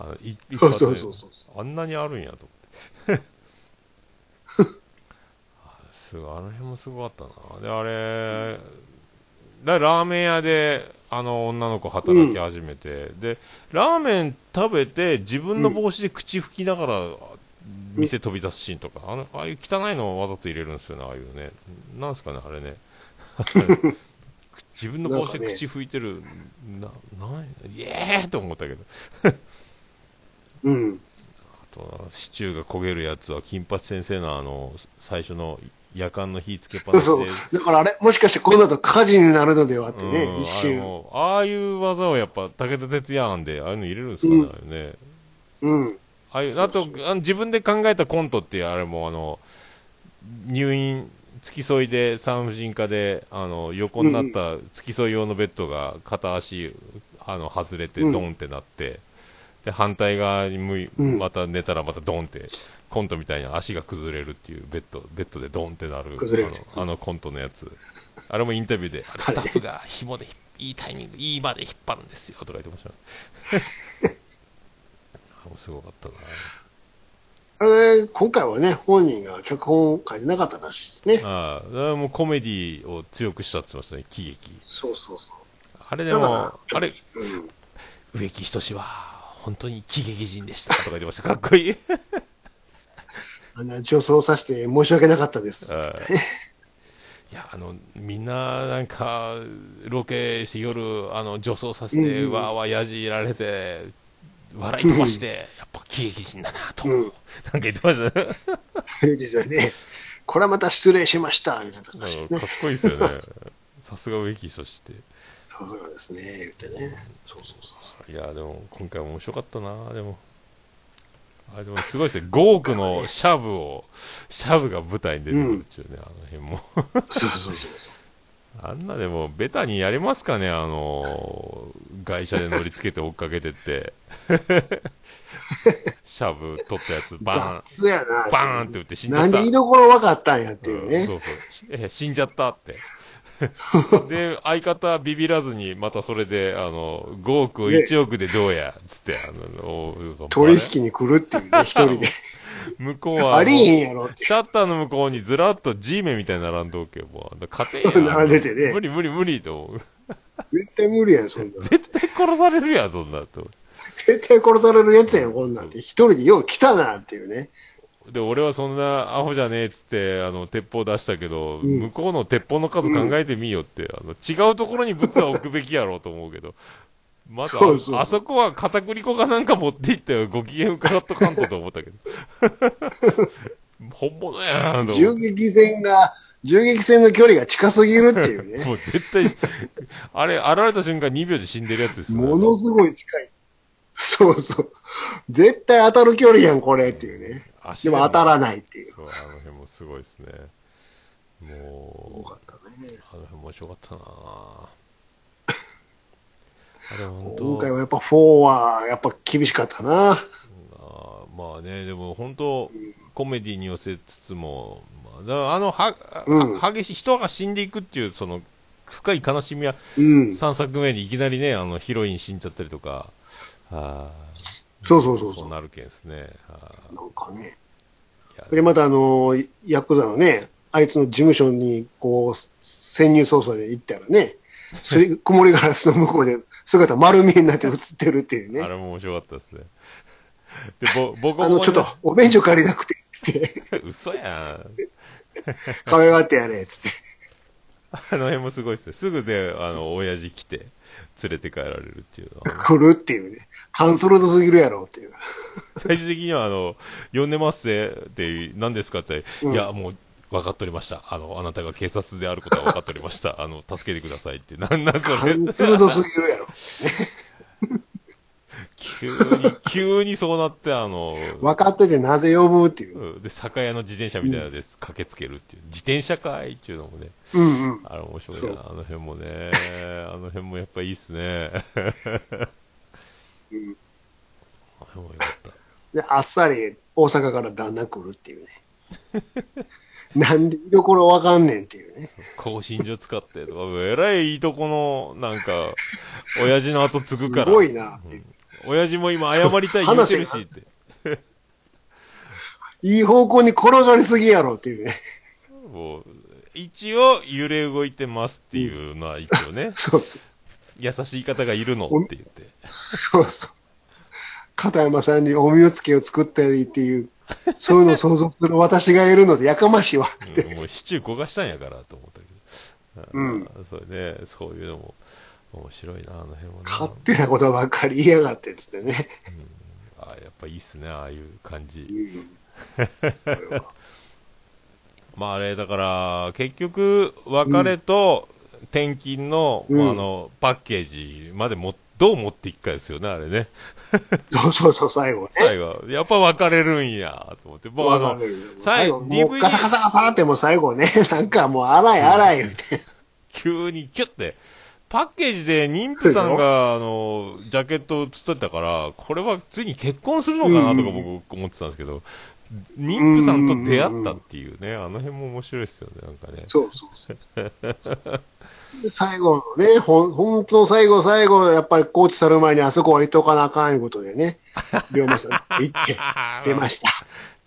S1: あの い一
S2: そう
S1: 発で
S2: そうそうそう。
S1: あんなにあるんやと思って。あ すごい、あの辺もすごかったな。で、あれ、だラーメン屋で、あの、女の子働き始めて、で、ラーメン食べて、自分の帽子で口拭きながら、店飛び出すシーンとか、あの、ああいう汚いのをわざと入れるんですよね、ああいうね。なんすかね、あれね。自分の帽子で口拭いてる、な、な、イエーと思ったけど。
S2: うん。
S1: あとはシチューが焦げるやつは、金八先生のあの、最初の夜間の火つけっぱなし
S2: そう
S1: で。。
S2: だからあれ、もしかしてこの後火事になるのではって
S1: う
S2: ね、
S1: ん
S2: 一
S1: あ
S2: 瞬。
S1: のああいう技をやっぱ武田鉄矢案でああいうの入れるんですかね,、
S2: うん
S1: あれね
S2: うん。
S1: ああいうあとあの自分で考えたコントってあれもあの入院付き添いで産婦人科であの横になった付き添い用のベッドが片足あの外れて
S2: うん
S1: ドンってなって、で反対側に向い
S2: うん
S1: また寝たらまたドンってコントみたいに足が崩れるっていうベッドベッドでドンってなる
S2: 崩れる
S1: あのあのコントのやつあれもインタビューであれスタッフが紐でひいいタイミングいいまで引っ張るんですよとか言ってまし たねあもうすごかったな
S2: あれ、今回はね、本人が脚本を書いてなかったらしいですね。
S1: ああ、だからもうコメディを強くしたって言ってましたね、喜劇。
S2: そうそうそ
S1: あれで
S2: だ
S1: も
S2: か、ら
S1: あれ、
S2: う。うん。
S1: 植木仁は、本当に喜劇人でしたとか言ってました。かっこいい。
S2: あんな女装させて申し訳なかったです。
S1: ああいや、あの、みんな、なんか、ロケして夜、あの、女装させて、
S2: うん
S1: わーわーやじられて、笑い飛ばして、やっぱ喜劇人だなと思う。
S2: う
S1: な
S2: ん
S1: んか言ってましたね。
S2: でね、これはまた失礼しました、みたいな話
S1: うん
S2: ね。
S1: かっこいいですよね。 さすが植木仁志って。
S2: さすがですね、言ってね。そうそうそう。
S1: いやでも今回も面白かったなでもあでもすごいですね5億のシャブをシャブが舞台に出てくるっていうね、あの辺も
S2: そうそうそう。
S1: あんなでもベタにやりますかねあの外車で乗りつけて追っかけてって シャブ取ったやつバー
S2: 雑やな。
S1: ンバーンって打って死んじゃっ
S2: 何
S1: た
S2: で居所分かったんやっていう
S1: うん
S2: ね。
S1: そうそうえ死んじゃったって で相方はビビらずにまたそれであの5億を1億でどうやっつってあのお
S2: 取引に来るっていうね、一人で。
S1: 向こうは
S2: ありえへん
S1: も
S2: やろっ
S1: う
S2: て。
S1: シャッターの向こうにずらっと G メみたいに並んどけもう勝てんや
S2: 並んでてね
S1: 無理無理無理と思う
S2: 絶対無理やん、そんなの。
S1: 絶対殺されるやんそんなと
S2: 絶対殺されるやつやん、こんなんて。一人でよう来たなっていうね。
S1: で俺はそんなアホじゃねえっつってあの鉄砲出したけど、
S2: ん
S1: 向こうの鉄砲の数考えてみよって、あの違うところに物は置くべきやろうと思うけどまずあ
S2: そうそう
S1: あそこは片栗粉かなんか持っていったよご機嫌伺っとかんとと思ったけど本物やなと思
S2: 銃
S1: って
S2: 撃戦が、銃撃戦の距離が近すぎるっていうね。
S1: もう絶対、あれ、現れた瞬間2秒で死んでるやつですよね。
S2: ものすごい近い。そうそう。絶対当たる距離やん、これっていうね。
S1: 足
S2: で
S1: が
S2: も当たらないっていう。
S1: そう、あの辺もすごいですね。
S2: 多
S1: も
S2: かったね
S1: う、。あの辺も面白か ったなあれ、本当
S2: 今回はやっぱ4は、やっぱ厳しかったな。
S1: あーまあね、でも本当、コメディに寄せつつも、まあ、だからあのは、
S2: うん
S1: は激しい、人が死んでいくっていう、その、深い悲しみは、
S2: うん。そう
S1: 3作目にいきなりね、あの、ヒロイン死んじゃったりとか、あ
S2: そうそう
S1: ー
S2: そ。
S1: そううなるけんですね。あー
S2: なんかね。
S1: いや
S2: それまたあの、ヤクザのね、あいつの事務所にこう、潜入捜査で行ったらね、すり曇りガラスの向こうで姿丸見えになって映ってるっていうね。
S1: あ
S2: あ
S1: れも面白かったですね。で、ぼ、僕も、
S2: の、ちょっと、お便所借りなくて、つって、
S1: 嘘やん。
S2: 可愛がってやれ、つって。
S1: あの辺もすごいですね。すぐで、あの、親父来て、連れて帰られるっていうの は。
S2: 来るっていうね。カンソルドすぎるやろ、っていう。
S1: 最終的には、あの、呼んでますって、って、何ですかって、いや、もう、分かっておりました。あの、あなたが警察であることは分かっておりました。あの、助けてくださいって。なんなんそ
S2: カ
S1: れ
S2: ン。ソルドすぎるやろ。
S1: 急に、急にそうなって、あの、
S2: 分かっててなぜ呼ぶっていう。
S1: うんで、酒屋の自転車みたいなのです、駆けつけるっていう。自転車かいっていうのもね。
S2: うんうん。
S1: あれ面白い
S2: そう
S1: な、あの辺もね。あの辺もやっぱいいっす ね。あれもよかっ
S2: で、あっさり大阪から旦那来るっていうね。 なんで居所わかんねんっていうね。
S1: た。更新所使ってとか、えらいいいとこの、なんか、 親父の後継ぐ
S2: す
S1: から。
S2: ごいな。
S1: 親父も今謝りたい言うてるし って。
S2: いい方向に転がりすぎやろっていうね。
S1: もう、一応揺れ動いてますっていうのは一応ね、
S2: そうそう。
S1: 優しい方がいるのって言って。
S2: そうそう。片山さんにお身をつけを作ったりっていうそういうのを想像する私がいるので、やかましいわ。
S1: うんもうシチュー焦がしたんやからと思ったけど。
S2: うん
S1: あー。そうね、そういうのも面白いな、あの辺もね。
S2: 勝手なことばっかり言いやがってっつってね。
S1: あーやっぱいいっすね、ああいう感
S2: う
S1: じ。
S2: ん
S1: まああれ、だから、結局、別れと転勤の、
S2: うん
S1: まああの、パッケージまでも、どう持っていくかですよね、あれね。
S2: そうそうそう、最後ね。
S1: 最後、やっぱ別れるんや、と思って。もうあの、最
S2: 最
S1: 後
S2: 後、もう
S1: DVD
S2: ガサガサガサってもう最後ね、なんかもう荒い荒い言って。
S1: 急にキュッて。パッケージで妊婦さんが、あの、ジャケットをつってたから、これはついに結婚するのかなとか
S2: うん
S1: 僕思ってたんですけど、妊婦さんと出会ったっていうね、あの辺も面白いですよね、なんかね。
S2: そうそうそう。で最後のね、ほん、ほんと最後最後、やっぱりコーチされる前にあそこは行っとかなあかんいうことでね、 龍馬さん行って、出ました。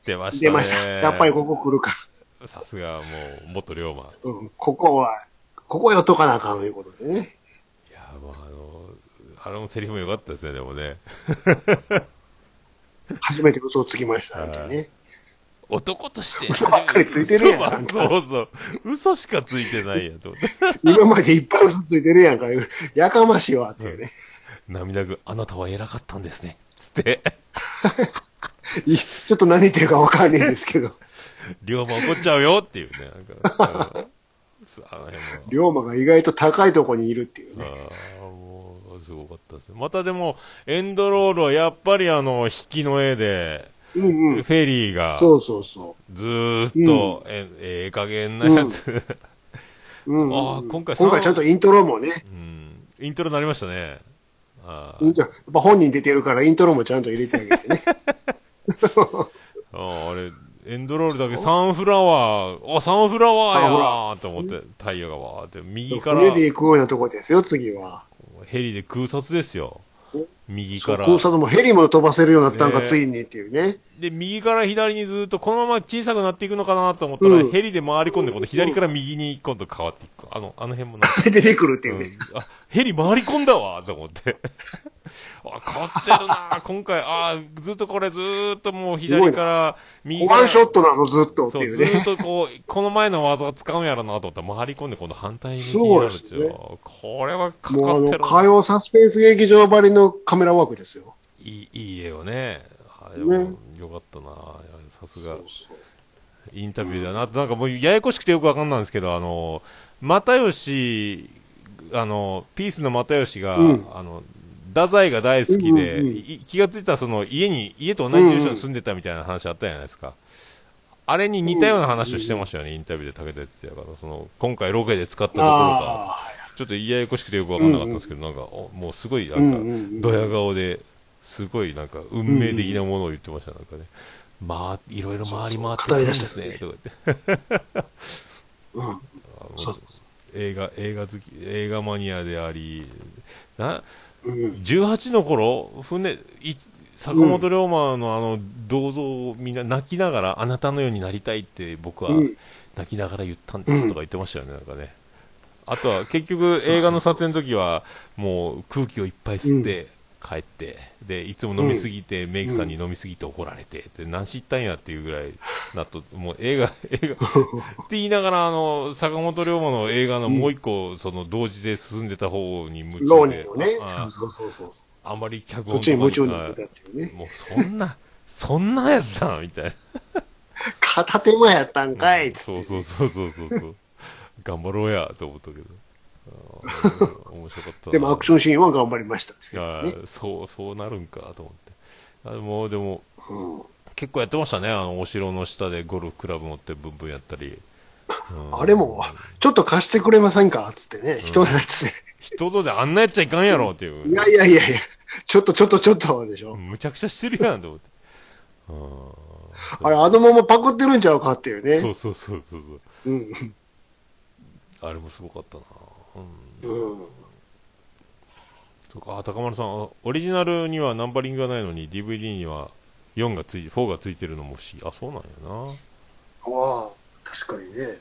S1: 出ましたね。
S2: 出ました。やっぱりここ来るか。
S1: さすがもう、元龍馬。
S2: うん、ここは、ここは寄っとかなあかんということでね。
S1: いや、もうあの、あれのセリフも良かったですね、でもね。
S2: 初めて嘘をつきましたなんてね。
S1: 男として。
S2: 嘘ばっかりついてるやんあんた
S1: そうそう。嘘しかついてないやと思って。
S2: 今までいっぱい嘘ついてるやんか。やかましいわっていうね。
S1: 涙ぐ、あなたは偉かったんですね。つって。
S2: いちょっと何言ってるかわかんないんですけど。
S1: 龍馬怒っちゃうよっていうね。なんか、うんあの辺も。
S2: 龍馬が意外と高いとこにいるっていうね。
S1: ああ、もう、すごかったですね。またでも、エンドロールはやっぱりあの、引きの絵で、
S2: うん
S1: フ
S2: うん。
S1: ェリーが、
S2: そうそうそ
S1: ずーっと、え、ええ加減なやつ。
S2: う。うん、うん。
S1: あー今回
S2: 今回ちゃんとイントロもね。
S1: うん。イントロになりましたね。あ
S2: イントロやっぱ本人出てるからイントロもちゃんと入れてあげ てね。
S1: あ、ああれ、エンドロールだけサンフラワー、あ、サンフラワーやーと思って、タイヤがわーって、右から、
S2: 船で行くようなとこですよ、次は。
S1: ヘリで空撮ですよ。右
S2: そ
S1: か
S2: う
S1: ら。
S2: 考察もヘリも飛ばせるようになったんか、
S1: ね
S2: ついにっていうね。
S1: で、右から左にずっとこのまま小さくなっていくのかなと思ったら、
S2: うん
S1: ヘリで回り込んで、今度左から右に今度変わっていく。あの、あの辺もなんか、
S2: 出てくるっていううんね。
S1: ん、あ、ヘリ回り込んだわと思って。 あ、変わってるな今回、あずっとこれずーっともう左から右か
S2: ワ
S1: ら。
S2: ンショットなの、ずっとって
S1: そう、
S2: いう
S1: ずー
S2: ね
S1: っ。とこう、この前の技使うんやろなと思ったら回り込んで今度反対に
S2: そう
S1: になるんです
S2: です
S1: よ。これはか
S2: も
S1: かっ
S2: うあ
S1: て
S2: の、
S1: るな
S2: 火曜サスペンス劇場ばりのカメラワークですよ。
S1: いい、いい絵をね。あでも
S2: ね
S1: よかったなさす
S2: そ
S1: が
S2: う。そう
S1: インタビューだな、なんかもうややこしくてよくわかんないんですけど、あの、又吉、あの、ピースの又吉が、
S2: うん
S1: あの、太宰が大好きで、
S2: うんうんうん
S1: い気がついたらその家に、家と同じ住所に住んでたみたいな話あったじゃないですか。あれに似たような話をしてましたよね、インタビューで武田鉄矢が。その、今回ロケで使ったところが、
S2: ああ、
S1: ちょっとややこしくてよくわかんなかったんですけど、なんか、おもうすごい、なんか、
S2: うんうんうん
S1: ドヤ顔で、すごいなんか、運命的なものを言ってました、なんかね。まあ、いろいろ回り回ってくるんですね、とか言って。
S2: うん。
S1: あの
S2: そう
S1: 映画映画好き映画マニアでありな
S2: うん。
S1: 18の頃船い坂本龍馬のあの銅像をみんな泣きながら、あなたのようになりたいって僕は
S2: うん
S1: 泣きながら言ったんですとか言ってましたよね、なんかねあとは結局映画の撮影の時はもう空気をいっぱい吸って帰って、でいつも飲みすぎて、メイクさんに飲みすぎて怒られてで何しったんやっていうぐらいなっともう映画 映画って言いながら、あの、坂本龍馬の映画のもう一個、その、同時で進んでた方に夢中
S2: ロー
S1: で
S2: ニーもね。
S1: あ
S2: そうそうそうそう。
S1: ああんまり脚
S2: そ
S1: 本
S2: っ
S1: と
S2: ち
S1: か
S2: に夢中になってたっていうね。
S1: もう、そんな、そんなやったんみたいな。
S2: 片手間やったんかいっつって、
S1: そうそうそうそうそうそう。頑張ろうや、と思ったけど。あー面白かったな。
S2: でもアクションシーンは頑張りましたって
S1: い
S2: い
S1: や
S2: うね。
S1: ーそう、そうなるんか、と思って。あでも、でも、
S2: うん
S1: 結構やってましたね。あの、お城の下でゴルフクラブ持ってブンブンやったり。うん
S2: あれも、ちょっと貸してくれませんかっつってね、人のやつで。
S1: 人とであんなやっちゃいかんやろっていう。
S2: いやいやいやいや、ちょっとちょっとちょっとでしょ。
S1: むちゃくちゃしてるやんと思って。
S2: あれ、あのままパクってるんちゃうかっていう
S1: そ
S2: ね。
S1: うそうそうそうそう。
S2: うん。
S1: あれもすごかったな。うん。
S2: うん。
S1: そうか、あ、高丸さん、あオリジナルにはナンバリングがないのに、DVD には4がついて、4がついてるのも不思議。あ、そうなんやな。
S2: ああ、確かにね。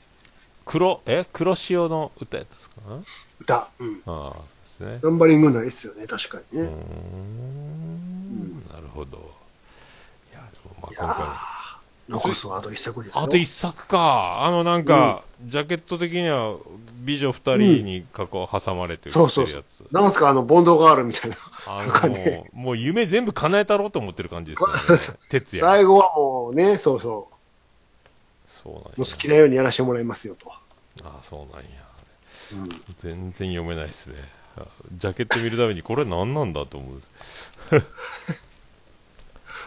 S1: 黒、え黒潮の歌やったんですかね
S2: 歌。うん。
S1: ああ、そうですね。
S2: ナンバリングないっすよね、確かに
S1: うー
S2: ね。
S1: ん。なるほど。いや、でもまあ
S2: い
S1: 今回
S2: や
S1: も
S2: ー残すはあと一作ですよ。
S1: あと一作か。あのなんか、ジャケット的には美女二人に囲挟まれてる
S2: そうそう
S1: ってる
S2: そ
S1: や
S2: う
S1: つ。。
S2: なんすか、あの、ボンドガールみたいな。
S1: あ
S2: なんか
S1: の
S2: ね
S1: もう、もう夢全部叶えたろうと思ってる感じですね。 徹夜。
S2: 最後はもうね、そうそう。
S1: そうなんや。
S2: もう好きなようにやらせてもらいますよと。
S1: ああ、そうなんや。
S2: うん、
S1: 全然読めないですね。あジャケット見るたびにこれ何なんだと思う。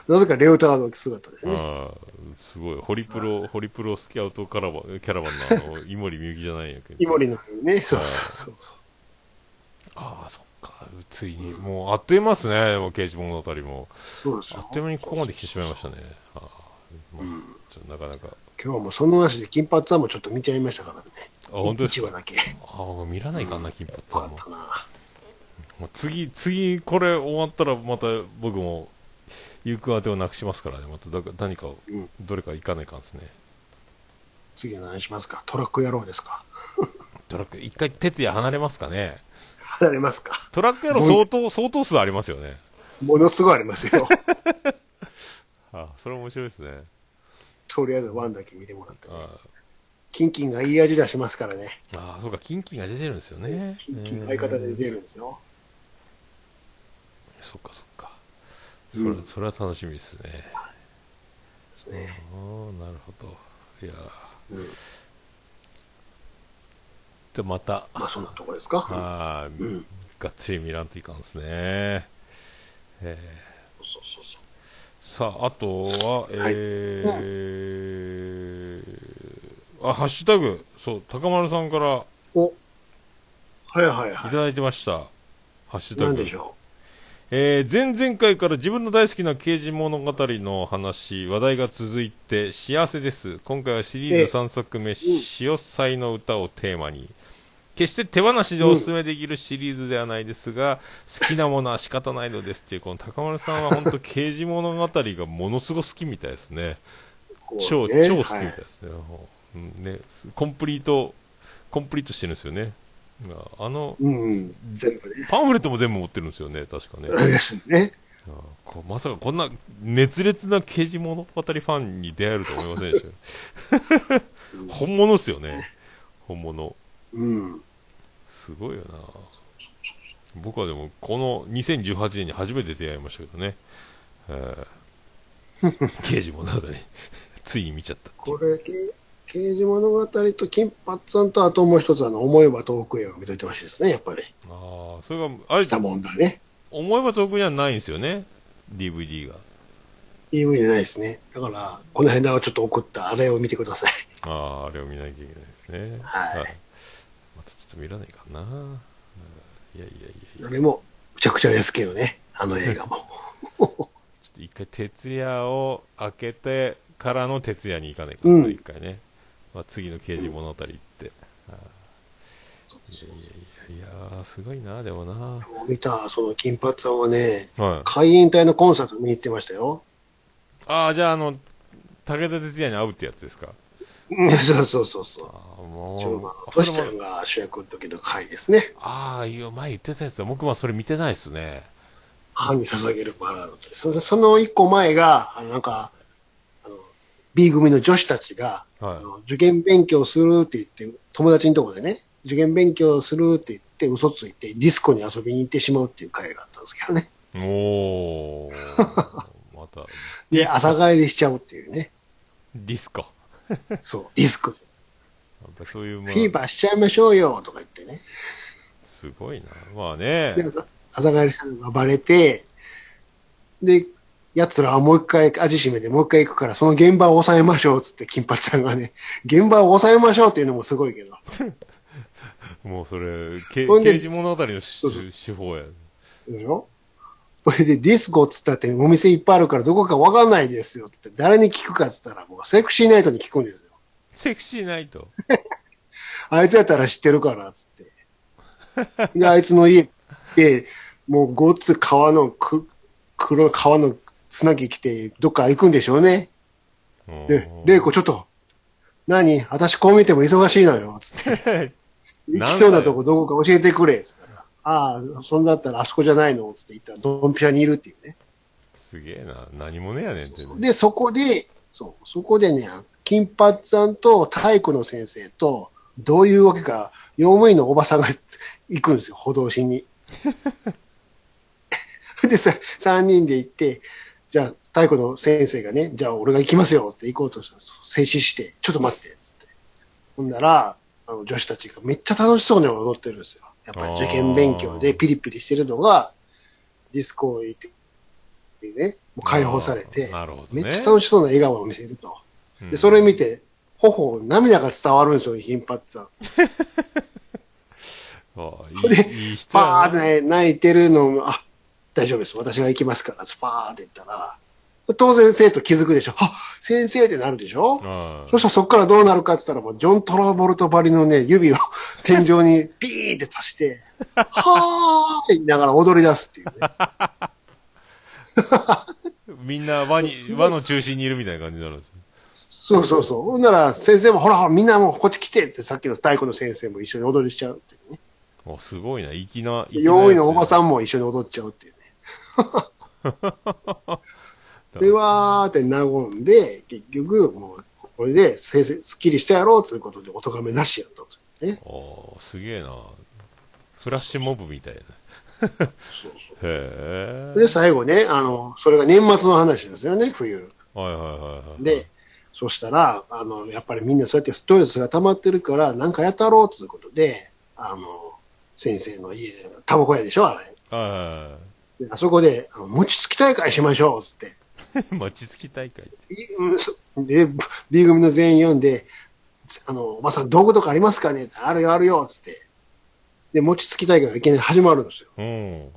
S2: なぜかレオタードの姿でね。
S1: ああ、すごい。ホリプロ、ホリプロスキャウトカラバキャラバン のあの、井森美幸じゃないんやけど。
S2: イモリのようにね。そうそうそうそう。
S1: ああ、そっか。ついに、もうあっという間ですね。でも、刑事物語も。
S2: そうです
S1: あ
S2: よ
S1: っという間にここまで来てしまいましたね。ああ、まあ、ちょっとなかなか。
S2: 今日はもうその話で金髪はもうちょっと見ちゃいましたからね。
S1: あ、本当です
S2: 一
S1: か
S2: 話。だけ。
S1: ああ、見らないかな、金髪は
S2: わか
S1: も
S2: ったな。
S1: う。もう次、次、これ終わったら、また僕も、行く当てをなくしますからね。まただか何かを、
S2: うん
S1: どれか行かないかんですね。
S2: 次の何しますかトラック野郎ですか
S1: トラック、一回、徹夜離れますかね。
S2: 離れますか
S1: トラックやろ相当、相当数ありますよね。
S2: ものすごいあります よ。
S1: あそれ面白いですね。
S2: とりあえずワンだけ見てもらって、ね。
S1: あ
S2: キンキンがいい味出しますからね。
S1: あ、そうか、キンキンが出てるんですよね。
S2: キンキン相方で出るんですよ。
S1: そっかそっか。それ,、
S2: うん
S1: それは楽しみですね。
S2: ですね。
S1: ああ、なるほど。いやー
S2: うん。
S1: じゃあまた、
S2: まあそんなとこですか。
S1: あー
S2: うん。
S1: がっつり見らんといかんですね。えー
S2: そうそうそう。
S1: さあ、あとは、え
S2: はい
S1: ーあ、ハッシュタグ、そう、高丸さんから
S2: おはいはい
S1: い
S2: は
S1: ただいてました。ハッシュ
S2: い。
S1: タ
S2: なん
S1: グ
S2: でし。ょ
S1: えー前々回から自分の大好きな刑事物語の話、話題が続いて幸せです。今回はシリーズ3作目、潮祭の歌をテーマに。決して手放しでおすすめできるシリーズではないですが、好きなものは仕方ないのですっていう、この高丸さんは本当刑事物語がものすごく好きみたいですね。
S2: う。こうね
S1: 超、超好きみたい
S2: は
S1: ですね,、うん、ね。コンプリート、コンプリートしてるんですよね。あの、
S2: うん。全部ね。
S1: パンフレットも全部持ってるんですよね、確かね。
S2: ですね。
S1: ああこうまさかこんな熱烈な刑事物語ファンに出会えると思いませんでしたよ本物っすよね本物
S2: うん。
S1: すごいよな僕はでもこの2018年に初めて出会いましたけどね、えー刑事物語ついに見ちゃった
S2: これ、け刑事物語と金髪さんと、あともう一つ、あの、思えば遠くへを見といてほしいですね、やっぱり。
S1: ああそれがあれ
S2: 来たもんだね。
S1: 思えば遠くにはないんですよね DVD が
S2: DV じゃないですね。だから、この辺はちょっと送ったあれを見てください。
S1: あああれを見なきゃいけないですね
S2: はい
S1: またちょっと見らないかな、うんいやいやいやいや
S2: あれも、むちゃくちゃですけどね、あの映画も。
S1: ちょっと一回徹夜を開けてからの徹夜に行かないか
S2: うん
S1: な、一回ね。まあ、次の刑事物語行って。あーいやいやいやいやー、すごいな、でもな。
S2: 見た、その金髪さんはね、
S1: はい、
S2: 海援隊のコンサート見に行ってましたよ。
S1: ああ、じゃあ、あの、武田鉄矢に会うってやつですか。
S2: うんそうそうそうそ
S1: あ
S2: う。
S1: あ、も
S2: ちょうど、
S1: う、
S2: ト
S1: そ
S2: シ
S1: れ
S2: ちゃん
S1: も、
S2: が主役の時の回ですね。
S1: ああ、いう前言ってたやつだ。僕はそれ見てないですね。
S2: 歯に捧げるバラードって。それその一個前が、あのなんか、あの、B 組の女子たちが、
S1: はい
S2: あの受験勉強するって言って、友達のとこでね、受験勉強するって言って嘘ついて、ディスコに遊びに行ってしまうっていう回があったんですけどね。
S1: おー。また、
S2: で、朝帰りしちゃうっていうね。
S1: ディスコ。や
S2: そう、ディスコ。フ
S1: っぱそういう、ま
S2: ィー
S1: あ、
S2: バーしちゃいましょうよとか言ってね。
S1: すごいな。まあね。
S2: で朝帰りしたのがバレて、で、奴らはもう一回味しめてもう一回行くから、その現場を抑えましょうっつって、金髪さんがね、現場を抑えましょうっていうのもすごいけど、
S1: もうそれ、け
S2: ほんで
S1: 刑事物語の
S2: そうそ
S1: 手手法や。
S2: でしょこれでディスコっつったってお店いっぱいあるからどこかわかんないですよっつって、誰に聞くかっつったらもうセクシーナイトに聞くんですよ。
S1: セクシーないと。
S2: あいつやったら知ってるからっつって。で、あいつの家で、もうごっつ革のく、黒い革のつなぎ着て、どっか行くんでしょうね。で、玲子ちょっと、何私こう見ても忙しいのよ、つって。行きそうなとこどこか教えてくれ、つったら。ああ、そんだったらあそこじゃないの、つって言ったら、ドンピシャにいるっていうね。
S1: すげえな。何者やねんってね。
S2: で、そこで、そう、そこでね、金八さんと体育の先生と、どういうわけか、用務員のおばさんが 行くんですよ、歩道しに。 でさ、3人で行って、じゃあ、体育の先生がね、じゃあ俺が行きますよって行こうとして、制止して、ちょっと待って、つって。ほんなら、あの女子たちがめっちゃ楽しそうに踊ってるんですよ。やっぱり受験勉強でピリピリしてるのが、ディスコへ行って、ね、もう解放されて、
S1: なるほど
S2: め
S1: ね。
S2: っちゃ楽しそうな笑顔を見せると。
S1: うん
S2: で、それ見て、頬、涙が伝わるんですよ、頻発さん。
S1: あ
S2: それ
S1: あいいいい人
S2: パー
S1: や
S2: っ
S1: な。
S2: て泣いてるのも、あ、大丈夫です。私が行きますから、スパーって言ったら、当然生徒気づくでしょ。あ、先生ってなるでしょ
S1: うん
S2: そしたらそこからどうなるかって言ったら、もうジョン・トラボルトばりのね、指を天井にピーンって足して、はーい言いながら踊り出すっていうね。
S1: みんな輪に、輪の中心にいるみたいな感じになるんですよ
S2: そうそうそう。ほんなら先生も、ほらほら、みんなもうこっち来てって、さっきの太鼓の先生も一緒に踊りしちゃうっていうね。
S1: もうすごいな、粋な。粋なやつや
S2: 用意のおばさんも一緒に踊っちゃうっていうね。 で、わーって和んで、結局、もう、これで、せいせい、すっきりしたやろうということで、お咎めなしやったというね。
S1: おーすげえな。フラッシュモブみたいな。
S2: そうそ
S1: へ
S2: う。で、
S1: え。
S2: 最後ね、あの、それが年末の話ですよね、冬。
S1: はいはいはいはい。
S2: で、そしたら、あの、やっぱりみんなそうやってストレスが溜まってるから、なんかやったろうということで、あの、先生の家、タバコ屋でしょ、あれ。
S1: はいはい は
S2: であそこで、あの餅つき大会しましょう、つって。
S1: い。餅つき大会って。
S2: いうんそで、B 組の全員読んで、あの、おばさん道具とかありますかねあるよあるよ、つって。で、餅つき大会がいきなり始まるんですよ。
S1: うん。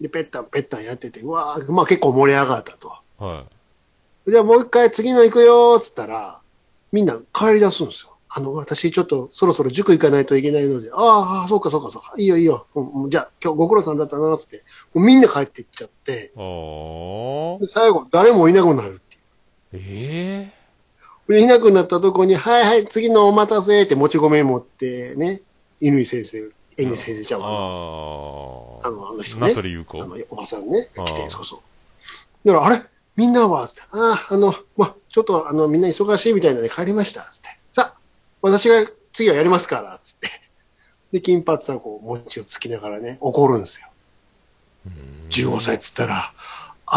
S2: で、ペッタンペッタンやってて、うわー、まあ結構盛り上がったと。
S1: は
S2: じゃあもう一回次の行くよ、つったら、みんな帰り出すんですよ。あの、私ちょっとそろそろ塾行かないといけないので、ああ、そうかそうかそうか、いいよいいよ、うんうんじゃあ今日ご苦労さんだったな、つって、もうみんな帰っていっちゃって、
S1: い。おー
S2: で最後誰もいなくなるっていう。
S1: ええ
S2: でいなくなったとこに、はいはい、次のお待たせって、もち米持ってね、乾先生、乾先生ちゃうわな
S1: ああ。
S2: あのあの人ね
S1: 名取裕子。
S2: あの、おばさんね、
S1: あ
S2: 来て、
S1: あ
S2: そうそう。だから、あれみんなは、つってああ、あの、ま、ちょっと、あの、みんな忙しいみたいなので帰りました、つって。さあ、私が次はやりますから、つって。で、金髪さん、こう、餅をつきながらね、怒るんですよ。15歳っつったら、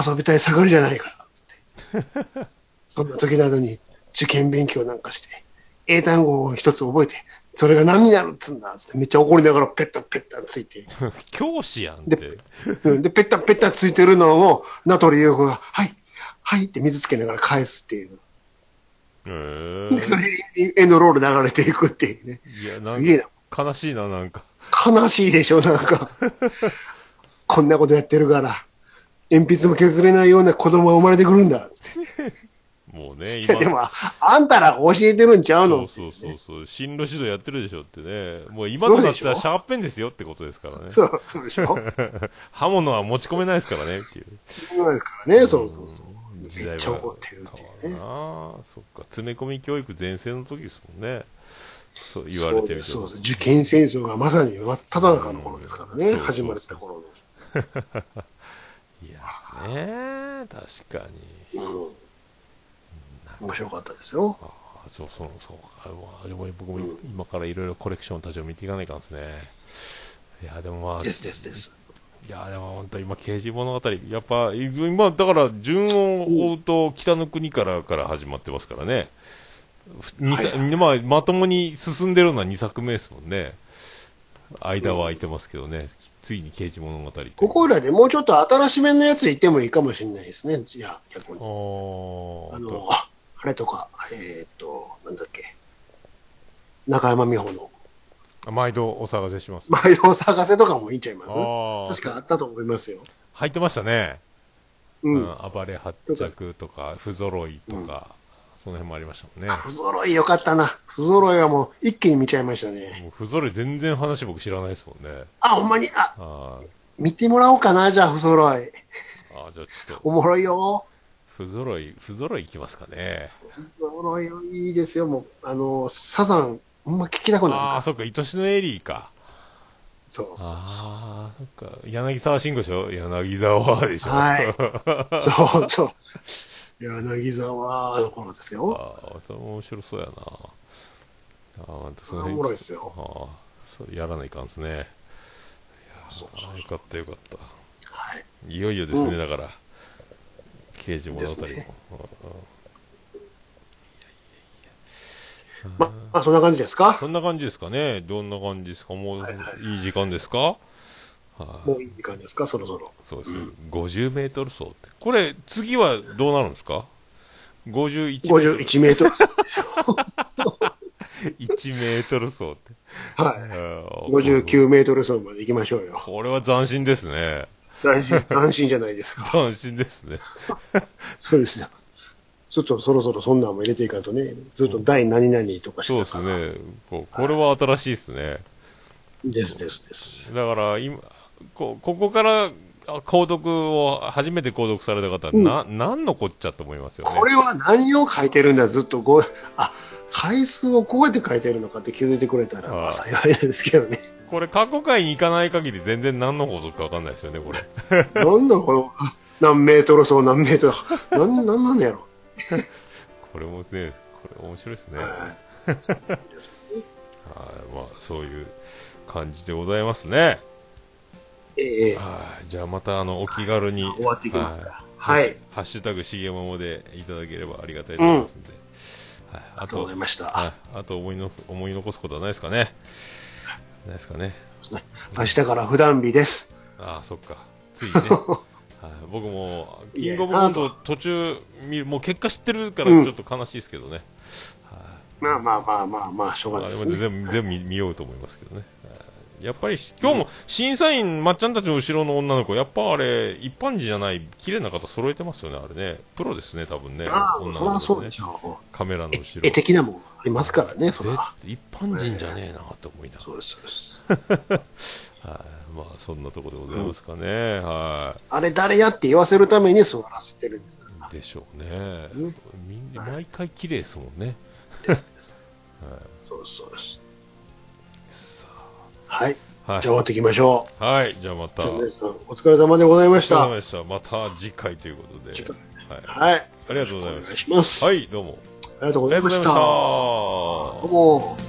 S2: 遊びたい盛りじゃないか、つって。そんな時なのに、受験勉強なんかして、英単語を一つ覚えて、それが何になるっつんだ、つって、めっちゃ怒りながら、ペッタンペッタンついて。
S1: 教師やんって。
S2: うんで、ペッタンペッタンついてるのを、名取裕子が、はい、はいって水つけながら返すっていう。
S1: ええ
S2: でそれにエンドロール流れていくっていうね。
S1: いや、な
S2: す
S1: ん
S2: げえな。
S1: か、悲しいな、なんか。
S2: 悲しいでしょ、なん か。こんなことやってるから、鉛筆も削れないような子供が生まれてくるんだ。って
S1: もうね、
S2: いや
S1: 今。
S2: でも、あんたらが教えてるんちゃう
S1: そ
S2: の
S1: うそうそうそう、進路指導やってるでしょってね、もう今となったらシャーペンですよってことですからね、
S2: そうそうでしょ
S1: 刃物は持ち込めないですからねっていう、
S2: そうですからね、そうそうそう。
S1: 時代
S2: めっ
S1: は
S2: ちゃ怒ってるっていうね
S1: 変わるな、そっか、詰め込み教育全盛の時ですもんね、そう言われてみて
S2: そう
S1: も
S2: ですそうです受験戦争がまさに真っ只中の頃ですから
S1: うん
S2: ね、
S1: そうそう
S2: 始まった頃の。
S1: いやーね、確かに、
S2: うん面白かったですよ。
S1: あーそうそうそうか、うわでも僕も今からいろいろコレクションたちを見ていかないかんですね。いやでもまあ、
S2: ですですです。
S1: いやでも本当今、刑事物語、やっぱ、今、だから、順を追うと、北の国からから始まってますからね、ふ二作
S2: はい
S1: まあ、まともに進んでるのは2作目ですもんね、間は空いてますけどね、ついに刑事物語という
S2: ここらでもうちょっと新しめのやついてもいいかもしれないですね。いや、逆に。
S1: あー
S2: あの
S1: と、
S2: ああれとか、えーっと、なんだっけ。中山美穂の、
S1: 毎度お騒がせします。
S2: 毎度探せとかもいいんちゃいます
S1: あ
S2: 確かあったと思いますよ。
S1: あ、入ってましたね、
S2: う。
S1: うんん、暴れ発着とか、不揃いとか、
S2: うん
S1: その辺もありましたもんね。
S2: あ不揃いよかったな。不揃いはもう一気に見ちゃいましたね。
S1: もう不揃い全然話僕知らないですもんね。
S2: あ、ほんまに、あ、
S1: あー
S2: 見てもらおうかな、じゃあ不揃い。
S1: あー、じゃあちょっと
S2: お。もろいよ。
S1: 不揃い、不揃いいきますかね。
S2: 不揃いよいいですよ。もう、あの、サザン、ほんま聞きたくなるか
S1: ああ、
S2: ら。
S1: そっか、愛しのエリーか。
S2: そうそう。
S1: ああ、 そっか、柳沢慎吾でしょ柳沢でしょ
S2: はい。そうそう。柳沢の頃ですよ。
S1: ああ、それも面白そうやな。ああ、またそ
S2: お
S1: の
S2: もろいっ
S1: 辺、
S2: すよ。
S1: ああ、そうやらないかんですね。いや
S2: そうそう
S1: ああよかったよかった。
S2: はい。
S1: いよいよですね、
S2: うん
S1: だから。刑事物語も。
S2: ですね
S1: ああ
S2: ま、まあ、そんな感じですか
S1: そんな感じですかね。どんな感じですかもう、
S2: はいはい
S1: いい時間ですかはい、
S2: もういい時間ですかそろそろ。
S1: そうです。50メートル走って。これ、次はどうなるんですか ?51 メートル。
S2: 51メートル。
S1: 1メートル走って。
S2: は
S1: あ
S2: い。
S1: ー
S2: 59メートル走まで行きましょうよ。
S1: これは斬新ですね。
S2: 斬新、斬新じゃないで すか。
S1: 斬新ですね。
S2: そうですよ。ちょっとそろそろそんなんも入れていかんとね、ずっと第何々とかし
S1: そうで
S2: てた
S1: す
S2: から。
S1: ね。こうこれは新しいですね。
S2: ですですです。
S1: だから今こ、ここからあ購読を、初めて購読された方は、な、何のこっちゃと思いますよね。
S2: これは何を書いてるんだ、ずっとこう、あ、回数をこうやって書いてるのかって気づいてくれたら、ま
S1: ああ
S2: あ幸いですけどね。
S1: これ過去回に行かない限り全然何の法則か分かんないですよね、これ。
S2: なんだこの、あ何メートル走何メートル、なん、なんなんやろ。
S1: これもね、これ面白いですね。はい、
S2: はいです
S1: まあ、そういう感じでございますね。
S2: ええ
S1: はい、じゃあまた、あの、お気軽に。
S2: 終わっていきますか。
S1: は。
S2: はいい。
S1: ハッシュハッシュタグ、しげまもでいただければありがたいと思いますんで。はい、
S2: あ
S1: あ
S2: りがとうご
S1: と
S2: ざい、ました。
S1: はい、あと思いの思い残すことはないですかね。ないですかね。
S2: 明日から普段日です。
S1: ああ、そっか。つい ね。はい、僕も、キングオブコント途中見る、もう結果知ってるから
S2: うん
S1: ちょっと悲しいですけどね。
S2: まあまあまあまあまあ、しょうが
S1: ま
S2: な
S1: あで
S2: いで
S1: も
S2: すね。
S1: 全部全部見見 ようと思いますけどね。はいやっぱりし今日も審査員、まっちゃんたちの後ろの女の子、やっぱあれ、一般人じゃない、綺麗な方揃えてますよね、あれね。プロですね、多分ね。
S2: ああ、そ
S1: 女
S2: り
S1: の
S2: ゃ
S1: 子
S2: そう
S1: ね
S2: でし。ょ
S1: カメラの後
S2: う。
S1: ろ。
S2: 絵的なもんありますからね、それ
S1: ぜ
S2: は。
S1: 一般人じゃねえなと思いながら
S2: そうです、そうです。
S1: はいまあそんなところでございますかね、は
S2: あれ誰やって言わせるために座らせてるんですから。
S1: いでしょうね、
S2: うん
S1: みん毎回綺麗ですもんね
S2: そうです、そうです。
S1: さ
S2: はい。
S1: あはい
S2: じゃあ終わっていきましょ
S1: はいじゃあまた
S2: う。じゃあ皆さん、お疲れ様でございまし
S1: お疲れ様。
S2: た
S1: でしたまた次回ということで、
S2: 次回
S1: はい、
S2: はい。
S1: ありがとうご
S2: お
S1: ざい
S2: 願
S1: ま
S2: い
S1: す
S2: します。
S1: は。いどうも
S2: ありがとう
S1: あ
S2: ご
S1: りがと
S2: ざい
S1: うございまし
S2: まし。
S1: たた
S2: どうも。